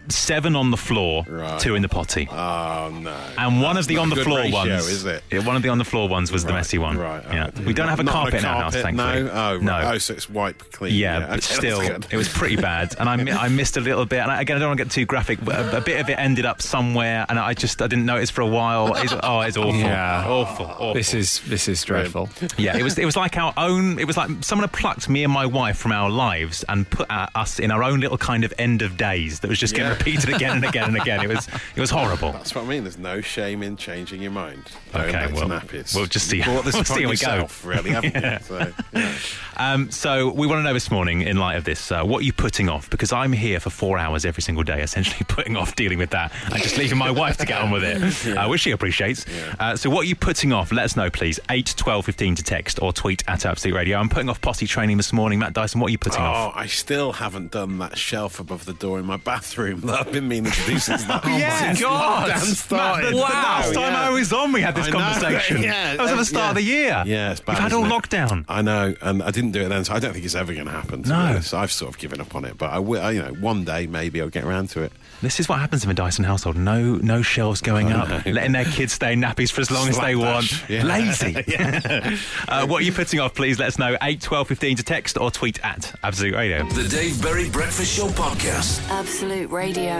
Speaker 1: seven on the floor,
Speaker 3: Right.
Speaker 1: two in the potty,
Speaker 3: Oh no.
Speaker 1: and one of the
Speaker 3: not
Speaker 1: on
Speaker 3: a
Speaker 1: the
Speaker 3: good
Speaker 1: floor
Speaker 3: ratio,
Speaker 1: ones.
Speaker 3: is it?
Speaker 1: Yeah, One of the on the floor ones was the messy one.
Speaker 3: Right.
Speaker 1: Yeah.
Speaker 3: okay.
Speaker 1: We don't have a
Speaker 3: Not
Speaker 1: carpet in our house,
Speaker 3: carpet,
Speaker 1: thankfully.
Speaker 3: No. Oh, right. Oh, so it's wipe clean.
Speaker 1: Yeah,
Speaker 3: okay,
Speaker 1: but
Speaker 3: that's
Speaker 1: still,
Speaker 3: good.
Speaker 1: it was pretty bad, and I, mi- I missed a little bit. And I, again, I don't want to get too graphic, but a, a bit of it ended up somewhere, and I just I didn't notice for a while. It's, oh, it's awful,
Speaker 5: Yeah.
Speaker 1: awful, awful.
Speaker 5: This is this is dreadful.
Speaker 1: yeah, it was it was like our own. It was like someone had plucked me and my wife from our lives and put uh, us in our own little kind of end of days that was just getting
Speaker 3: Yeah.
Speaker 1: repeated again and again and again. It was it was horrible.
Speaker 3: That's what I mean. There's no shame in changing your mind.
Speaker 1: Okay,
Speaker 3: Going back to
Speaker 1: well,
Speaker 3: nappies.
Speaker 1: we'll just see-
Speaker 3: You bought this
Speaker 1: we'll see
Speaker 3: upon
Speaker 1: how we go.
Speaker 3: yourself, Really, haven't
Speaker 1: Yeah.
Speaker 3: you? So, yeah.
Speaker 1: Um, so we want to know this morning, in light of this, uh, what are you putting off? Because I'm here for four hours every single day, essentially putting off dealing with that and just leaving my wife to get on with it, uh, which she appreciates. Uh, so what are you putting off? Let us know, please. 8, 12, 15 to text or tweet at Absolute Radio. I'm putting off potty training this morning. Matt Dyson, what are you putting
Speaker 3: Oh,
Speaker 1: off?
Speaker 3: I still haven't done that shelf above the door in my bathroom that I've been meaning to do since
Speaker 1: Oh
Speaker 3: that. since lockdown started.
Speaker 1: Matt, the, the last time I was on, we had this
Speaker 3: I know,
Speaker 1: conversation.
Speaker 3: yeah,
Speaker 1: that was at the
Speaker 3: uh,
Speaker 1: start of the year.
Speaker 3: yeah. Yeah, it's bad.
Speaker 1: We've had
Speaker 3: isn't
Speaker 1: all
Speaker 3: it?
Speaker 1: lockdown.
Speaker 3: I know, and I didn't do it then, so I don't think it's ever going to happen. to be
Speaker 1: No.
Speaker 3: honest. I've sort of given up on it, but I will. You know, one day maybe I'll get around to it.
Speaker 1: This is what happens in a Dyson household. No, no shelves going up, letting their kids stay in nappies for as long as they
Speaker 3: Slapdash.
Speaker 1: want.
Speaker 3: Yeah.
Speaker 1: Lazy. uh, what are you putting off? Please let us know. Eight, twelve, fifteen to text or tweet at Absolute Radio.
Speaker 4: The Dave Berry Breakfast Show Podcast.
Speaker 13: Absolute Radio.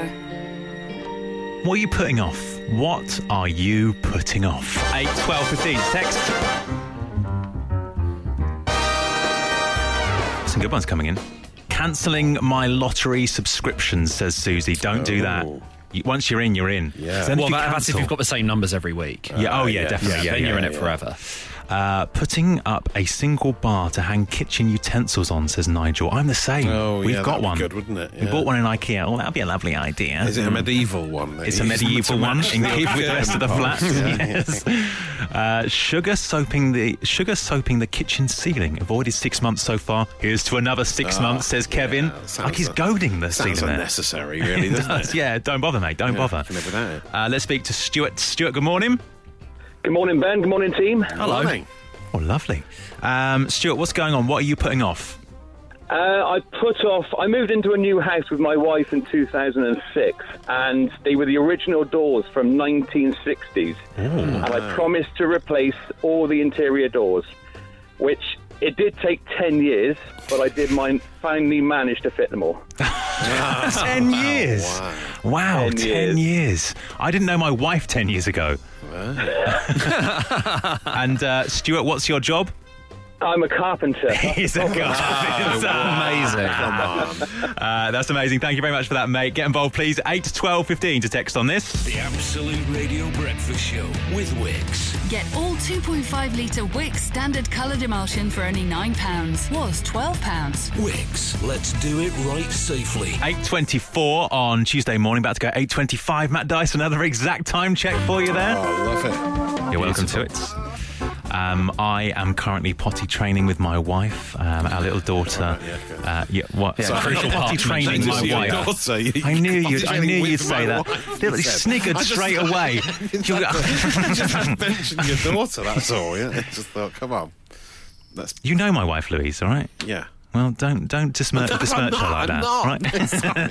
Speaker 1: What are you putting off? What are you putting off? Eight, twelve, fifteen to text. Some good ones coming in. Cancelling my lottery subscription, says Susie. Don't do that.
Speaker 3: Oh.
Speaker 1: You- Once you're in, you're in.
Speaker 3: Yeah.
Speaker 1: Then if
Speaker 5: Well,
Speaker 1: you
Speaker 5: that, that's if
Speaker 1: cancel-
Speaker 5: you've got the same numbers every week.
Speaker 1: Yeah. Oh, yeah.
Speaker 3: yeah.
Speaker 1: Definitely. Yeah.
Speaker 5: then
Speaker 1: yeah,
Speaker 5: you're in
Speaker 1: yeah.
Speaker 5: it forever.
Speaker 1: Uh, putting up a single bar to hang kitchen utensils on, says Nigel. I'm the same.
Speaker 3: Oh,
Speaker 1: We've
Speaker 3: yeah,
Speaker 1: got
Speaker 3: that'd be
Speaker 1: one.
Speaker 3: good, wouldn't it?
Speaker 1: We
Speaker 3: Yeah.
Speaker 1: bought one in IKEA. Oh, that'd be a lovely idea.
Speaker 3: Is it a medieval one? that
Speaker 1: It's a
Speaker 3: you use
Speaker 1: medieval
Speaker 3: to
Speaker 1: one
Speaker 3: match
Speaker 1: in keep with the rest of the flat.
Speaker 3: Yeah, yeah.
Speaker 1: yes. Uh, sugar soaping the sugar soaping the kitchen ceiling. Avoided six months so far. Here's to another six
Speaker 3: Ah,
Speaker 1: months, says
Speaker 3: yeah,
Speaker 1: Kevin.
Speaker 3: sounds
Speaker 1: like he's
Speaker 3: un-
Speaker 1: goading the
Speaker 3: Sounds
Speaker 1: ceiling. there.
Speaker 3: unnecessary, really,
Speaker 1: It
Speaker 3: doesn't it?
Speaker 1: does, Yeah, don't bother, mate. Don't
Speaker 3: Yeah,
Speaker 1: bother.
Speaker 3: can live without it.
Speaker 1: Uh, let's speak to Stuart. Stuart, good morning.
Speaker 10: Good morning, Ben. Good morning, team.
Speaker 1: Hello.
Speaker 3: Morning.
Speaker 1: Oh, lovely. Um, Stuart, what's going on? What are you putting off?
Speaker 10: Uh, I put off. I moved into a new house with my wife in 2006, and they were the original doors from 1960s. and I promised to replace all the interior doors, which it did take 10 years, but I did mine. Finally, managed to fit them all.
Speaker 1: ten years. Wow, ten, years. I didn't know my wife ten years ago. and uh, Stuart, what's your job?
Speaker 10: I'm a carpenter.
Speaker 1: He's a carpenter.
Speaker 3: Ah,
Speaker 5: amazing.
Speaker 1: Uh, that's amazing. Thank you very much for that, mate. Get involved, please. 8 to 12, 15 to text on this.
Speaker 4: The Absolute Radio Breakfast Show with Wix.
Speaker 9: Get all 2.5 litre Wick standard coloured emulsion for only £9. Was £12.
Speaker 4: Wix, let's do it right safely.
Speaker 1: 8.24 on Tuesday morning, about to go 8.25. Matt Dice, another exact time check for you there.
Speaker 3: Oh, love it.
Speaker 1: You're welcome to it. Um, I am currently potty training with my wife, um, our little daughter.
Speaker 3: Oh,
Speaker 1: uh, yeah, what?
Speaker 5: Yeah,
Speaker 1: Sorry,
Speaker 5: crucial
Speaker 1: potty
Speaker 5: part.
Speaker 1: training
Speaker 5: Just
Speaker 1: my
Speaker 5: your
Speaker 1: wife.
Speaker 3: daughter, you-
Speaker 1: I knew
Speaker 3: potty
Speaker 1: you'd. I
Speaker 3: training
Speaker 1: knew
Speaker 3: with
Speaker 1: you'd
Speaker 3: my
Speaker 1: say that.
Speaker 3: wife,
Speaker 1: Little-
Speaker 3: you said.
Speaker 1: sniggered
Speaker 3: I just-
Speaker 1: straight away. You'll
Speaker 3: You
Speaker 1: go-
Speaker 3: just had to mention your daughter, that's all. Yeah? I just thought, come on. That's,
Speaker 1: you know my wife, Louise, all right?
Speaker 3: yeah.
Speaker 1: Well, don't don't dismirch, dismirch her like
Speaker 3: I'm
Speaker 1: that,
Speaker 3: not.
Speaker 1: right?
Speaker 3: Sorry. I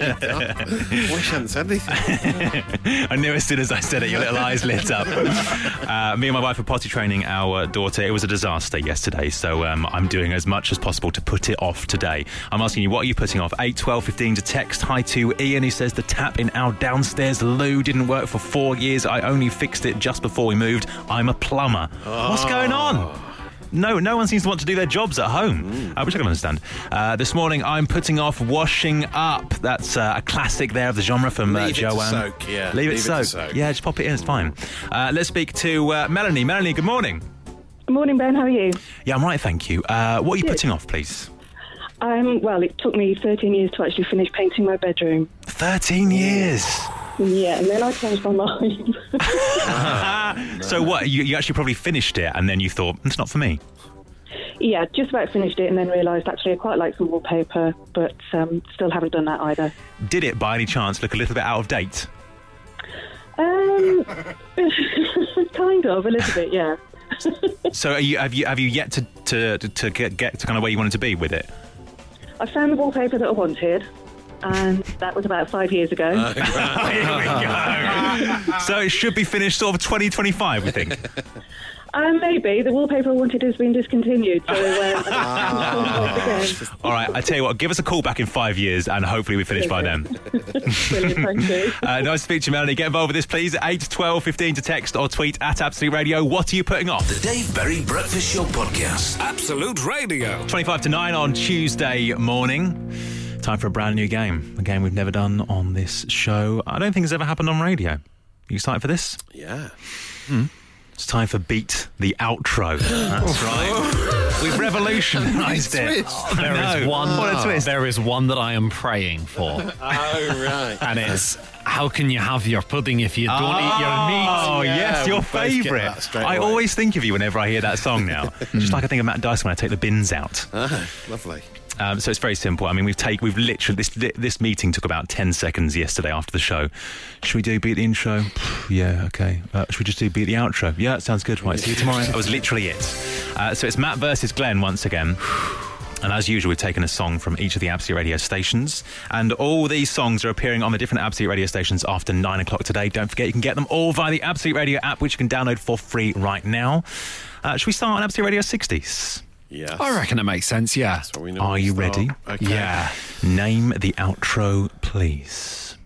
Speaker 3: wish I hadn't said anything.
Speaker 1: I knew as soon as I said it, your little eyes lit up. Uh, me and my wife are potty training our daughter. It was a disaster yesterday, so um, I'm doing as much as possible to put it off today. I'm asking you, what are you putting off? 8, 12, 15 to text. Hi to Ian, who says the tap in our downstairs loo didn't work for four years. I only fixed it just before we moved. I'm a plumber. What's going on? No, no one seems to want to do their jobs at home, uh, which I can understand. Uh, this morning, I'm putting off washing up. That's uh, a classic there of the genre from uh,
Speaker 3: Leave it to
Speaker 1: Joanne.
Speaker 3: soak, yeah.
Speaker 1: Leave, it,
Speaker 3: Leave it
Speaker 1: soak.
Speaker 3: to soak.
Speaker 1: Yeah, just pop it in. It's fine. Uh, let's speak to uh, Melanie. Melanie, good morning.
Speaker 13: Morning, Ben. How are you?
Speaker 1: Yeah, I'm right, thank you. Uh, what are you putting off, please?
Speaker 13: Um, well, it took me 13 years to actually finish painting my bedroom.
Speaker 1: Thirteen years.
Speaker 13: Yeah, and then I changed my mind.
Speaker 1: So what? You, you actually probably finished it, and then you thought it's not for me.
Speaker 13: yeah, just about finished it and then realised actually I quite like some wallpaper, but um, still haven't done that either.
Speaker 1: Did it by any chance look a little bit out of date?
Speaker 13: Um, kind of, a little bit, yeah.
Speaker 1: So are you, have you have you yet to to, to get, get to kind of where you wanted to be with it?
Speaker 13: I found the wallpaper that I wanted, and that was about five years ago.
Speaker 1: so it should be finished sort of 2025, we think.
Speaker 13: um, maybe the wallpaper I wanted has been discontinued, so um, I'm again.
Speaker 1: All right, I tell you what, give us a call back in five years, and hopefully we finish by then.
Speaker 13: Brilliant, thank you.
Speaker 1: Uh, nice to speak to you, Melanie. Get involved with this, please. 8 12 15 to text or tweet at Absolute Radio. What are you putting off?
Speaker 4: The Dave Berry Breakfast Show podcast. Absolute Radio.
Speaker 1: 25 to 9 on Tuesday morning. Time for a brand new game. A game we've never done on this show. I don't think it's ever happened on radio. You excited for this?
Speaker 3: Yeah.
Speaker 1: It's time for Beat the Outro. That's right. We've revolutionised it. Oh,
Speaker 5: There is
Speaker 1: No.
Speaker 5: one.
Speaker 1: What a twist.
Speaker 5: There is one that I am praying for,
Speaker 3: Oh, right.
Speaker 5: and it's how can you have your pudding if you don't eat your meat?
Speaker 1: Oh,
Speaker 3: Yeah,
Speaker 1: yes,
Speaker 3: we
Speaker 1: your
Speaker 3: both get
Speaker 1: favourite.
Speaker 3: that straight
Speaker 1: I
Speaker 3: away.
Speaker 1: always think of you whenever I hear that song now. Just like I think of Matt Dyson when I take the bins out.
Speaker 3: Ah, lovely.
Speaker 1: Um, so it's very simple. I mean, we've take we've literally this this meeting took about ten seconds yesterday after the show. Should we do beat the intro? Pff, yeah, okay. Uh, should we just do beat the outro? Yeah, that sounds good. Right, see you tomorrow. that was literally it. Uh, so it's Matt versus Glenn once again. And as usual, we've taken a song from each of the Absolute Radio stations. And all these songs are appearing on the different Absolute Radio stations after nine o'clock today. Don't forget, you can get them all via the Absolute Radio app, which you can download for free right now. Uh, should we start on Absolute Radio 60s?
Speaker 3: Yes.
Speaker 5: I reckon it makes sense. Yeah.
Speaker 3: So we know
Speaker 1: Are
Speaker 3: where to
Speaker 1: you
Speaker 3: start.
Speaker 1: ready?
Speaker 3: Okay.
Speaker 1: Name the outro, please.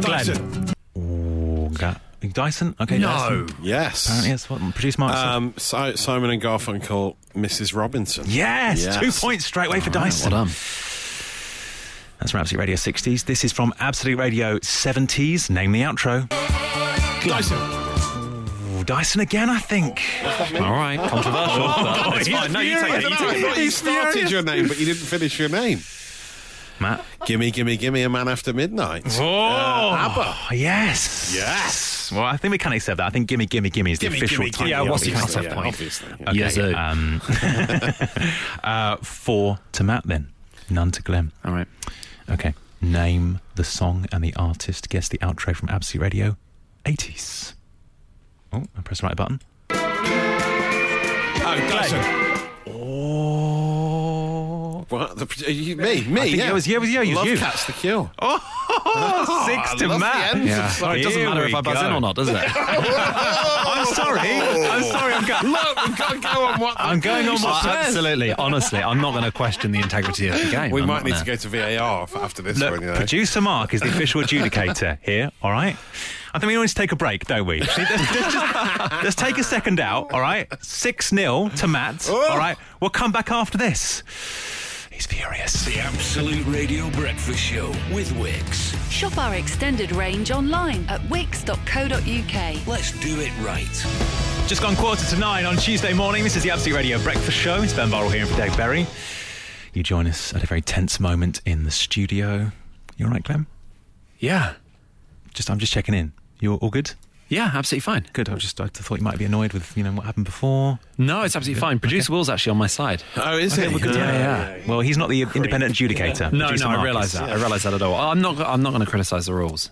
Speaker 3: Dyson.
Speaker 1: Ooh, ga- Dyson? Okay,
Speaker 5: No. Uh,
Speaker 1: Dyson.
Speaker 3: Yes.
Speaker 1: Apparently, that's what producer Mark said.
Speaker 3: Um, si- Simon and Garfunkel, Mrs. Robinson.
Speaker 1: yes,
Speaker 3: yes.
Speaker 1: two points straight away for Dyson.
Speaker 5: Well done.
Speaker 1: That's from Absolute Radio 60s. This is from Absolute Radio 70s. Name the outro.
Speaker 3: Dyson.
Speaker 1: Ooh, Dyson again, I think.
Speaker 5: All right. Controversial. but it's
Speaker 1: he's
Speaker 5: fine. No, you take
Speaker 1: furious.
Speaker 5: it. You
Speaker 3: I
Speaker 5: take it.
Speaker 3: thought you started your name, but you didn't finish your name.
Speaker 1: Matt.
Speaker 3: Gimme, gimme, gimme a man after midnight.
Speaker 1: Oh, yes. Yes. Well, I think we can accept that. I think Gimme, Gimme, Gimme is the official title.
Speaker 5: Yeah, what's the
Speaker 3: obviously,
Speaker 5: concept
Speaker 3: yeah,
Speaker 5: point?
Speaker 3: Obviously. yeah.
Speaker 1: Okay,
Speaker 5: Yes, sir.
Speaker 1: um, uh, four to Matt, then. None to Glenn.
Speaker 5: All right.
Speaker 1: Okay. Name the song and the artist. Guess the outro from Absolute Radio 80s. Oh, I pressed the right button.
Speaker 3: Oh, Dyson.
Speaker 1: Oh.
Speaker 3: What? The, pro- you, me? Me?
Speaker 1: I think
Speaker 3: yeah.
Speaker 1: it was- yeah, it was- yeah, it was
Speaker 3: Love
Speaker 1: you.
Speaker 3: Cats the Cure.
Speaker 1: Oh, six
Speaker 3: Ah, I
Speaker 1: to
Speaker 3: love the
Speaker 1: Matt.
Speaker 3: end. Yeah.
Speaker 5: Oh, it doesn't
Speaker 1: Here
Speaker 5: matter if
Speaker 1: we
Speaker 5: I buzz
Speaker 1: go.
Speaker 5: in or not, does it?
Speaker 3: Oh.
Speaker 1: I'm sorry. I'm sorry. I'm going.
Speaker 3: Look, we've got to go on what.
Speaker 5: I'm going on what
Speaker 1: what
Speaker 5: absolutely, honestly, I'm not going to question the integrity of the game.
Speaker 3: We
Speaker 5: I'm
Speaker 3: might
Speaker 5: not
Speaker 3: need
Speaker 5: gonna-
Speaker 3: to go to VAR for after this
Speaker 1: Look,
Speaker 3: one. You know.
Speaker 1: producer Mark is the official adjudicator here. All right. I think we always take a break, don't we? See, Let's, let's just- let's take a second out. All right. Six 0 to Matt. All right. We'll come back after this. He's furious.
Speaker 4: The Absolute Radio Breakfast Show with Wix.
Speaker 9: Shop our extended range online at wix.co.uk.
Speaker 4: Let's do it right.
Speaker 1: Just gone quarter to nine on Tuesday morning. This is the Absolute Radio Breakfast Show. It's Ben Barrell here for Dave Berry. You join us at a very tense moment in the studio. You all right, Clem?
Speaker 5: Yeah,
Speaker 1: Just I'm just checking in. You all good?
Speaker 5: yeah, absolutely fine.
Speaker 1: Good. I just I thought you might be annoyed with you know what happened before.
Speaker 5: No, it's absolutely fine. Producer Will's actually on my side.
Speaker 3: Oh, is it?
Speaker 5: yeah.
Speaker 1: Well, he's not the independent adjudicator.
Speaker 5: No,
Speaker 1: Producer
Speaker 5: no, I
Speaker 1: Mark
Speaker 5: realise
Speaker 1: is.
Speaker 5: that. I realise that at all. I'm not. I'm not going to criticise the rules.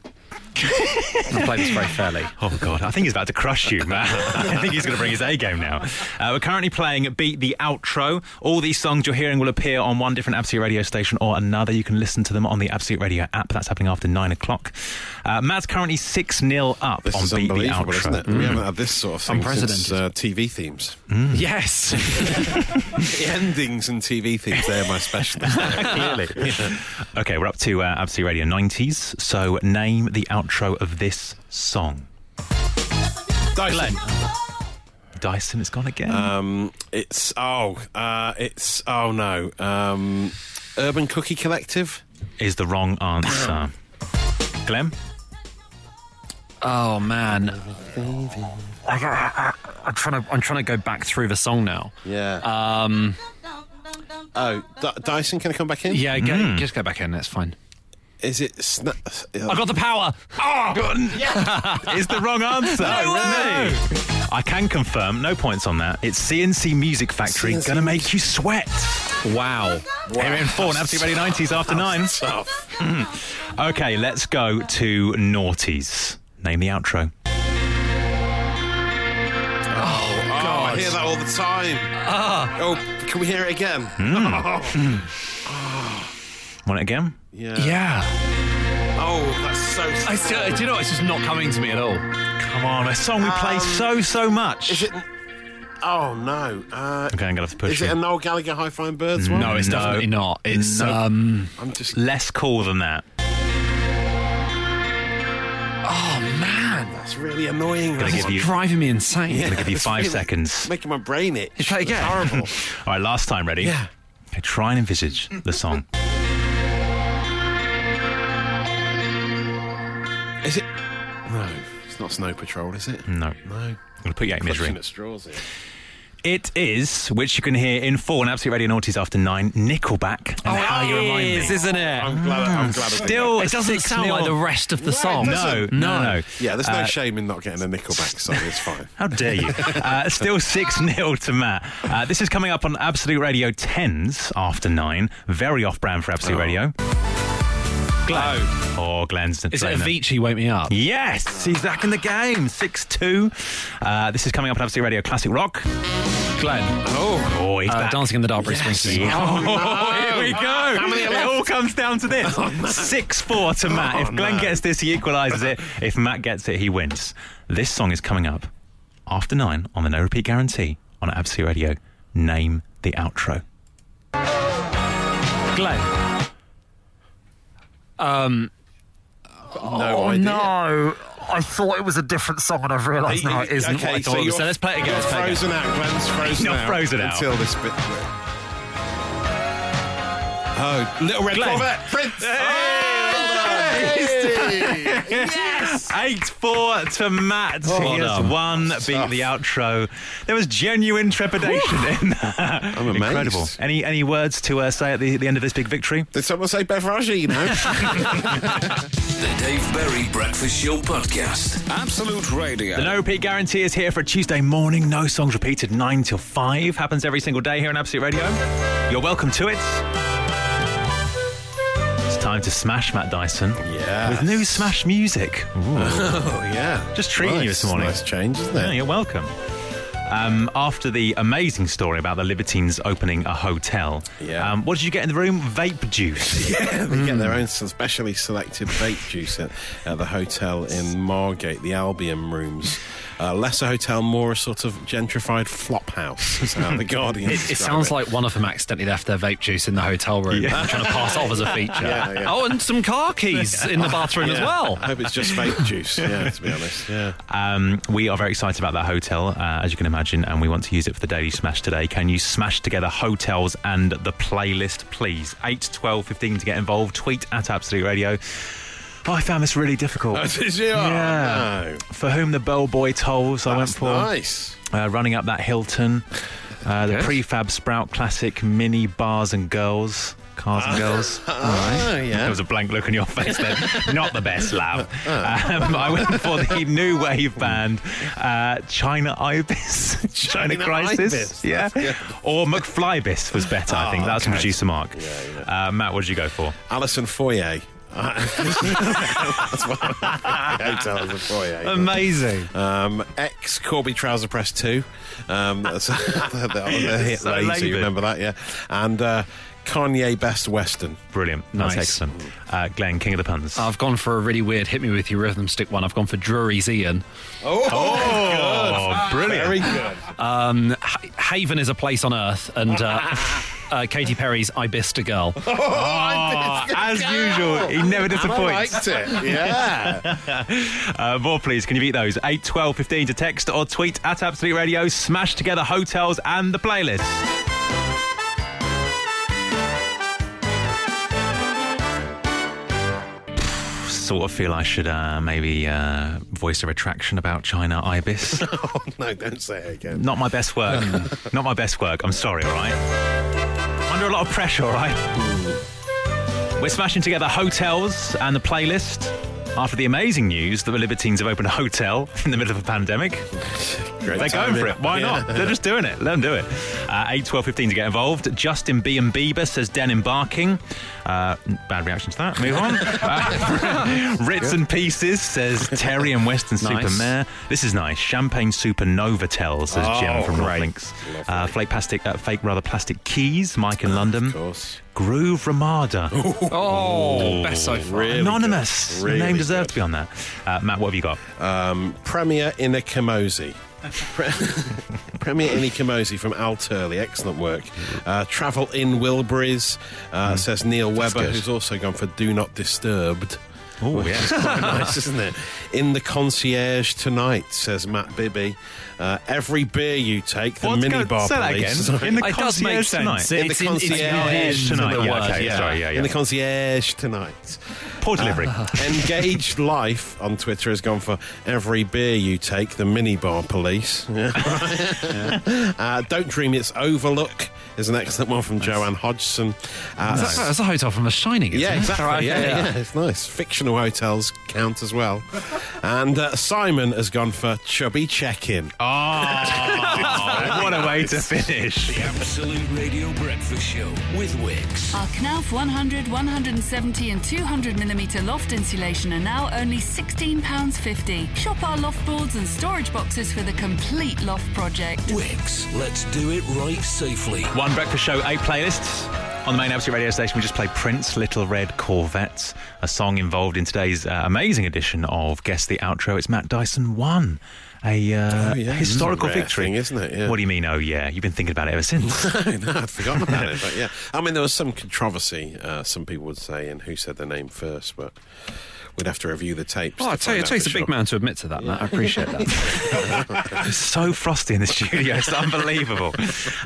Speaker 5: I play this very fairly.
Speaker 1: Oh God, I think he's about to crush you, Matt. I think he's going to bring his A game now. Uh, we're currently playing Beat the Outro. All these songs you're hearing will appear on one different Absolute Radio station or another. You can listen to them on the Absolute Radio app. That's happening after nine o'clock. Uh, Matt's currently six 0 up
Speaker 3: This
Speaker 1: on
Speaker 3: is
Speaker 1: Beat the Outro.
Speaker 3: unbelievable,
Speaker 1: Mm.
Speaker 3: isn't it? We haven't had this sort of thing since uh,
Speaker 5: Unprecedented.
Speaker 3: TV themes.
Speaker 5: Yes.
Speaker 3: The endings and TV themes, they're my specialist.
Speaker 1: Clearly. Okay, we're up to uh, Absolute Radio 90s. So name the outro of this song.
Speaker 3: Dyson.
Speaker 1: Dyson, it's gone again.
Speaker 5: Uh,
Speaker 3: Um, it's, oh, uh, it's, oh no. Um, Urban Cookie Collective?
Speaker 1: is the wrong answer. Glem?
Speaker 5: Oh man. I, am trying to. I'm trying to go back through the song now.
Speaker 3: Yeah.
Speaker 5: Um.
Speaker 3: oh, D- Dyson, can I come back in?
Speaker 5: Yeah. Go, Just go back in. That's fine.
Speaker 3: Is it Snap?
Speaker 5: I got the power. Oh.
Speaker 1: is the wrong answer.
Speaker 5: No way.
Speaker 1: No. I can confirm, no points on that. It's CNC Music Factory,
Speaker 3: CNC
Speaker 1: gonna make you sweat.
Speaker 5: Oh, Wow.
Speaker 1: Here in four, and absolutely ready 90s after nine. Okay, let's go to Naughties. Name the outro.
Speaker 3: Oh, I hear that all the time. Oh, can we hear it again?
Speaker 1: Want it again?
Speaker 3: Yeah.
Speaker 5: Yeah.
Speaker 3: Oh, that's so.
Speaker 5: I still. Do you know? what? It's just not coming to me at all.
Speaker 1: Come on, a song we play so, so much.
Speaker 3: Is it? Oh no. Uh,
Speaker 1: okay, I'm gonna have to push
Speaker 3: Is it a
Speaker 1: you.
Speaker 3: Noel Gallagher High Flying Birds one?
Speaker 5: No, it's
Speaker 1: No.
Speaker 5: definitely not. It's
Speaker 1: No.
Speaker 5: um.
Speaker 3: I'm just.
Speaker 1: Less cool than that.
Speaker 5: Oh man.
Speaker 3: That's really annoying.
Speaker 1: Gonna
Speaker 3: that
Speaker 1: give
Speaker 3: one.
Speaker 1: you-
Speaker 5: Driving me insane.
Speaker 1: I'm gonna give you
Speaker 3: It's
Speaker 1: five
Speaker 3: really
Speaker 1: seconds.
Speaker 3: Making my brain itch.
Speaker 5: You try
Speaker 3: It's
Speaker 5: again.
Speaker 3: Horrible.
Speaker 1: All right, last time, ready?
Speaker 3: Yeah.
Speaker 1: Okay, try and envisage the song.
Speaker 3: is it? No, it's not Snow Patrol, is it?
Speaker 1: No.
Speaker 3: No.
Speaker 1: I'm gonna put you out of your
Speaker 3: Clutching
Speaker 1: Hmm. misery.
Speaker 3: at straws here.
Speaker 1: It is, which you can hear in full on Absolute Radio Naughties after nine, Nickelback. And
Speaker 5: Ah,
Speaker 1: how you remind me.
Speaker 5: isn't it?
Speaker 3: I'm glad. I'm glad. I did
Speaker 1: Still,
Speaker 5: It doesn't
Speaker 1: six
Speaker 5: sound
Speaker 1: nil.
Speaker 5: like the rest of the song.
Speaker 1: No, no, no.
Speaker 3: that. Yeah, there's no
Speaker 1: Uh,
Speaker 3: shame in not getting a Nickelback song. It's fine.
Speaker 1: How dare you? Uh, still 6 0 to Matt. Uh, this is coming up on Absolute Radio 10s after 9. Very off brand for Absolute Radio. Glenn. Oh, Glenn's.
Speaker 5: Is it
Speaker 1: Glenn.
Speaker 5: Avicii Wake Me Up?
Speaker 1: Yes, he's back in the game. 6 2. Uh, this is coming up on Absolute Radio Classic Rock.
Speaker 5: Glenn.
Speaker 1: Oh, he's
Speaker 5: Uh,
Speaker 1: back.
Speaker 5: Dancing in the Dark, Bruce Springsteen.
Speaker 1: Oh, here we go. it all comes down to this. 6 4 to Matt. if Glenn gets this, he equalises it. If Matt gets it, he wins. This song is coming up after nine on the No Repeat Guarantee on Absolute Radio. Name the outro.
Speaker 5: Glenn.
Speaker 3: no idea.
Speaker 5: Oh, No, I thought it was a different song, and I've realised now it isn't
Speaker 3: okay,
Speaker 5: what I
Speaker 3: so
Speaker 5: thought. it was.
Speaker 3: you're-
Speaker 5: So let's play it again. Let's
Speaker 3: You're
Speaker 5: play it again.
Speaker 3: frozen out. Glenn's frozen
Speaker 1: Not
Speaker 3: out.
Speaker 1: frozen out.
Speaker 3: Until this bit. Oh, Little Red
Speaker 1: Glenn.
Speaker 3: Corvette. Prince. Oh,
Speaker 1: Eight four to Matt. he has
Speaker 5: done.
Speaker 1: won. Beat
Speaker 3: Tough.
Speaker 1: the outro. There was genuine trepidation in that.
Speaker 3: I'm amazed.
Speaker 1: Incredible. Any any words to uh, say at the, the end of this big victory?
Speaker 3: Did someone say beverage? You know.
Speaker 4: The Dave Berry Breakfast Show Podcast. Absolute Radio.
Speaker 1: The no repeat guarantee is here for Tuesday morning. No songs repeated 9 till 5. Happens every single day here on Absolute Radio. You're welcome to it. It's time to smash Matt Dyson.
Speaker 3: Yes.
Speaker 1: With new smash music.
Speaker 3: Oh yeah.
Speaker 1: Just treating you
Speaker 3: Nice,
Speaker 1: this morning.
Speaker 3: Nice change, isn't
Speaker 1: Yeah,
Speaker 3: it?
Speaker 1: you're welcome. Um, after the amazing story about the Libertines opening a hotel, um, what did you get in the room? Vape juice.
Speaker 3: Yeah, they get
Speaker 5: Hmm.
Speaker 3: their own specially selected vape juice at, at the hotel in Margate, the Albion Rooms. Uh, less a hotel, more a sort of gentrified flop house. is how the Guardian.
Speaker 5: It, it
Speaker 3: describe
Speaker 5: sounds like one of them accidentally left their vape juice in the hotel room,
Speaker 3: Yeah.
Speaker 5: and trying to pass off as a feature.
Speaker 3: Yeah, yeah.
Speaker 5: Oh, and some car keys in the bathroom as
Speaker 1: Yeah.
Speaker 5: well.
Speaker 3: I hope it's just vape juice. Yeah, to be honest. Yeah.
Speaker 1: Um, we are very excited about that hotel, uh, as you can imagine, and we want to use it for the Daily Smash today. Can you smash together hotels and the playlist, please? 8, 12, 15 to get involved. Tweet at Absolute Radio. Oh, I found this really difficult.
Speaker 3: Oh, did you? Oh,
Speaker 1: Yeah.
Speaker 3: no.
Speaker 1: For whom the bellboy tolls, I went for.
Speaker 3: nice.
Speaker 1: Uh, running up that Hilton, uh, the prefab Sprout Classic mini bars and girls. Cars and girls. All
Speaker 5: Oh,
Speaker 1: right.
Speaker 3: yeah.
Speaker 1: There was a blank look on your face then. Not the best, lab.
Speaker 3: Uh,
Speaker 1: Um, I went for the new wave band, uh, China Ibis. China,
Speaker 3: China
Speaker 1: Crisis.
Speaker 3: Ibis.
Speaker 1: Yeah.
Speaker 3: That's good.
Speaker 1: Or McFlybis was better, I think.
Speaker 3: Ah,
Speaker 1: That's
Speaker 3: okay.
Speaker 1: producer Mark. Uh, Matt, what did you go for?
Speaker 3: Alison Foyer. That's what I'm hotel as a foyer.
Speaker 1: Amazing.
Speaker 3: Um, ex Corby Trouser Press 2. Um, that's that was a hit
Speaker 1: So
Speaker 3: lazy,
Speaker 1: laboured.
Speaker 3: remember that, yeah. And uh, Kanye Best Western.
Speaker 1: Brilliant. That's excellent. Uh, Glenn, King of the Puns.
Speaker 5: I've gone for a really weird hit me with your rhythm stick one. I've gone for Drury's Ian.
Speaker 3: Oh,
Speaker 1: Oh, brilliant.
Speaker 3: Very good.
Speaker 5: Um, Ha- Haven is a place on earth, and uh, uh, Katy Perry's I Bissed a Girl.
Speaker 1: Oh, as usual, he never disappoints.
Speaker 3: liked it, yeah.
Speaker 1: uh, more, please. Can you beat those? 8, 12, 15 to text or tweet at Absolute Radio. Smash together hotels and the playlist. Sort of feel I should uh, maybe uh, voice a retraction about China Ibis.
Speaker 3: Oh, no, don't say it again.
Speaker 1: Not my best work. Not my best work. I'm sorry, all right? Under a lot of pressure, all right? We're smashing together hotels and the playlist after the amazing news that the Libertines have opened a hotel in the middle of a pandemic.
Speaker 3: Great
Speaker 1: They're going
Speaker 3: timing.
Speaker 1: for it. Why
Speaker 3: Yeah.
Speaker 1: not? They're just doing it. Let them do it. Uh, 8, 12, 15 to get involved. Justin B and Bieber says Den embarking. Uh, bad reaction to that. Move on. Uh, Ritz and Pieces says Terry and Western
Speaker 5: Nice.
Speaker 1: Supermare. This is nice. Champagne Supernova tells says Jim
Speaker 3: Oh,
Speaker 1: from
Speaker 3: great.
Speaker 1: Northlinks. Uh, flake plastic, uh, fake rather plastic keys. Mike in London.
Speaker 3: Of course.
Speaker 1: Groove Ramada.
Speaker 5: Oh, best so far.
Speaker 3: Really
Speaker 1: Anonymous.
Speaker 3: good. Really
Speaker 1: Name deserved to be on that. Uh, Matt, what have you got?
Speaker 3: Um, Premier Inakamosi. Pre- Premier Inakamosi from Al Turley, excellent work. Uh, Travel in Wilburys, uh, says Neil Webber,
Speaker 1: good.
Speaker 3: who's also gone for Do Not Disturbed.
Speaker 1: Oh,
Speaker 3: which
Speaker 1: yeah.
Speaker 3: is quite nice, isn't it? In the concierge tonight, says Matt Bibby. Uh, every beer you take, the
Speaker 1: What's
Speaker 3: mini
Speaker 1: going-
Speaker 3: bar
Speaker 1: say that
Speaker 3: police.
Speaker 1: again. In the
Speaker 5: It does make
Speaker 1: concierge
Speaker 5: sense.
Speaker 1: tonight.
Speaker 5: It's
Speaker 3: in the
Speaker 5: it's it's
Speaker 3: concierge
Speaker 5: in the
Speaker 1: tonight. Yeah,
Speaker 5: word,
Speaker 1: okay,
Speaker 5: yeah.
Speaker 1: sorry, yeah, yeah.
Speaker 3: In the concierge tonight.
Speaker 1: Poor delivery.
Speaker 3: Engaged Life on Twitter has gone for every beer you take, the minibar police. uh, Don't Dream It's Overlook is an excellent one from Joanne Hodgson. Uh,
Speaker 5: That's, that's a hotel from The Shining. Isn't
Speaker 3: yeah,
Speaker 5: it?
Speaker 3: exactly. Yeah, yeah, it's nice. Fictional hotels count as well. And uh, Simon has gone for chubby check-in.
Speaker 1: Oh, what a way to finish.
Speaker 4: The Absolute Radio Breakfast Show with Wix.
Speaker 9: Our Knauf 100, 170 and 200 mm loft insulation are now only £16.50. Shop our loft boards and storage boxes for the complete loft project.
Speaker 4: Wix, let's do it right safely.
Speaker 1: One breakfast show, eight playlists. On the main Absolute Radio station, we just played Prince, Little Red Corvette, a song involved in today's uh, amazing edition of Guess the Outro. It's Matt Dyson won a uh,
Speaker 3: Oh, yeah.
Speaker 1: historical
Speaker 3: It's a rare
Speaker 1: victory,
Speaker 3: thing, isn't it? Yeah.
Speaker 1: What do you mean? Oh yeah, you've been thinking about it ever since.
Speaker 3: no, I'd forgotten about it. But yeah, I mean, there was some controversy. Uh, some people would say, and who said the name first? But we'd have to review the tapes.
Speaker 5: Oh,
Speaker 3: to
Speaker 5: I tell you,
Speaker 3: find
Speaker 5: it
Speaker 3: out
Speaker 5: takes
Speaker 3: for
Speaker 5: a big
Speaker 3: sure.
Speaker 5: man to admit to that, Matt. I appreciate that.
Speaker 1: It's so frosty in the studio. It's unbelievable.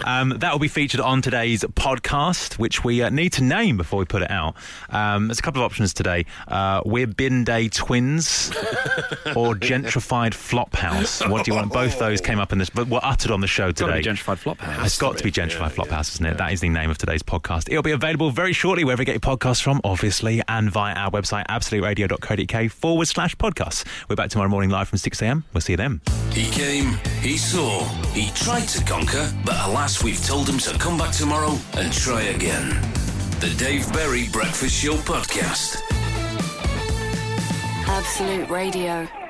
Speaker 1: Um, that will be featured on today's podcast, which we uh, need to name before we put it out. Um, there's a couple of options today. Uh, we're Bin Day Twins or Gentrified Flophouse. What do you want? Both those came up in this, but were uttered on the show
Speaker 5: Got to be
Speaker 1: today.
Speaker 5: gentrified flop house.
Speaker 1: It's got to be Gentrified Flophouse, isn't it? That is the name of today's podcast. It'll be available very shortly wherever you get your podcasts from, obviously, and via our website, absoluteradio.co.uk forward slash podcasts. We're back tomorrow morning live from 6 a.m. We'll see you then.
Speaker 4: He came, he saw, he tried to conquer, but alas, we've told him to come back tomorrow and try again. The Dave Berry Breakfast Show Podcast.
Speaker 14: Absolute Radio.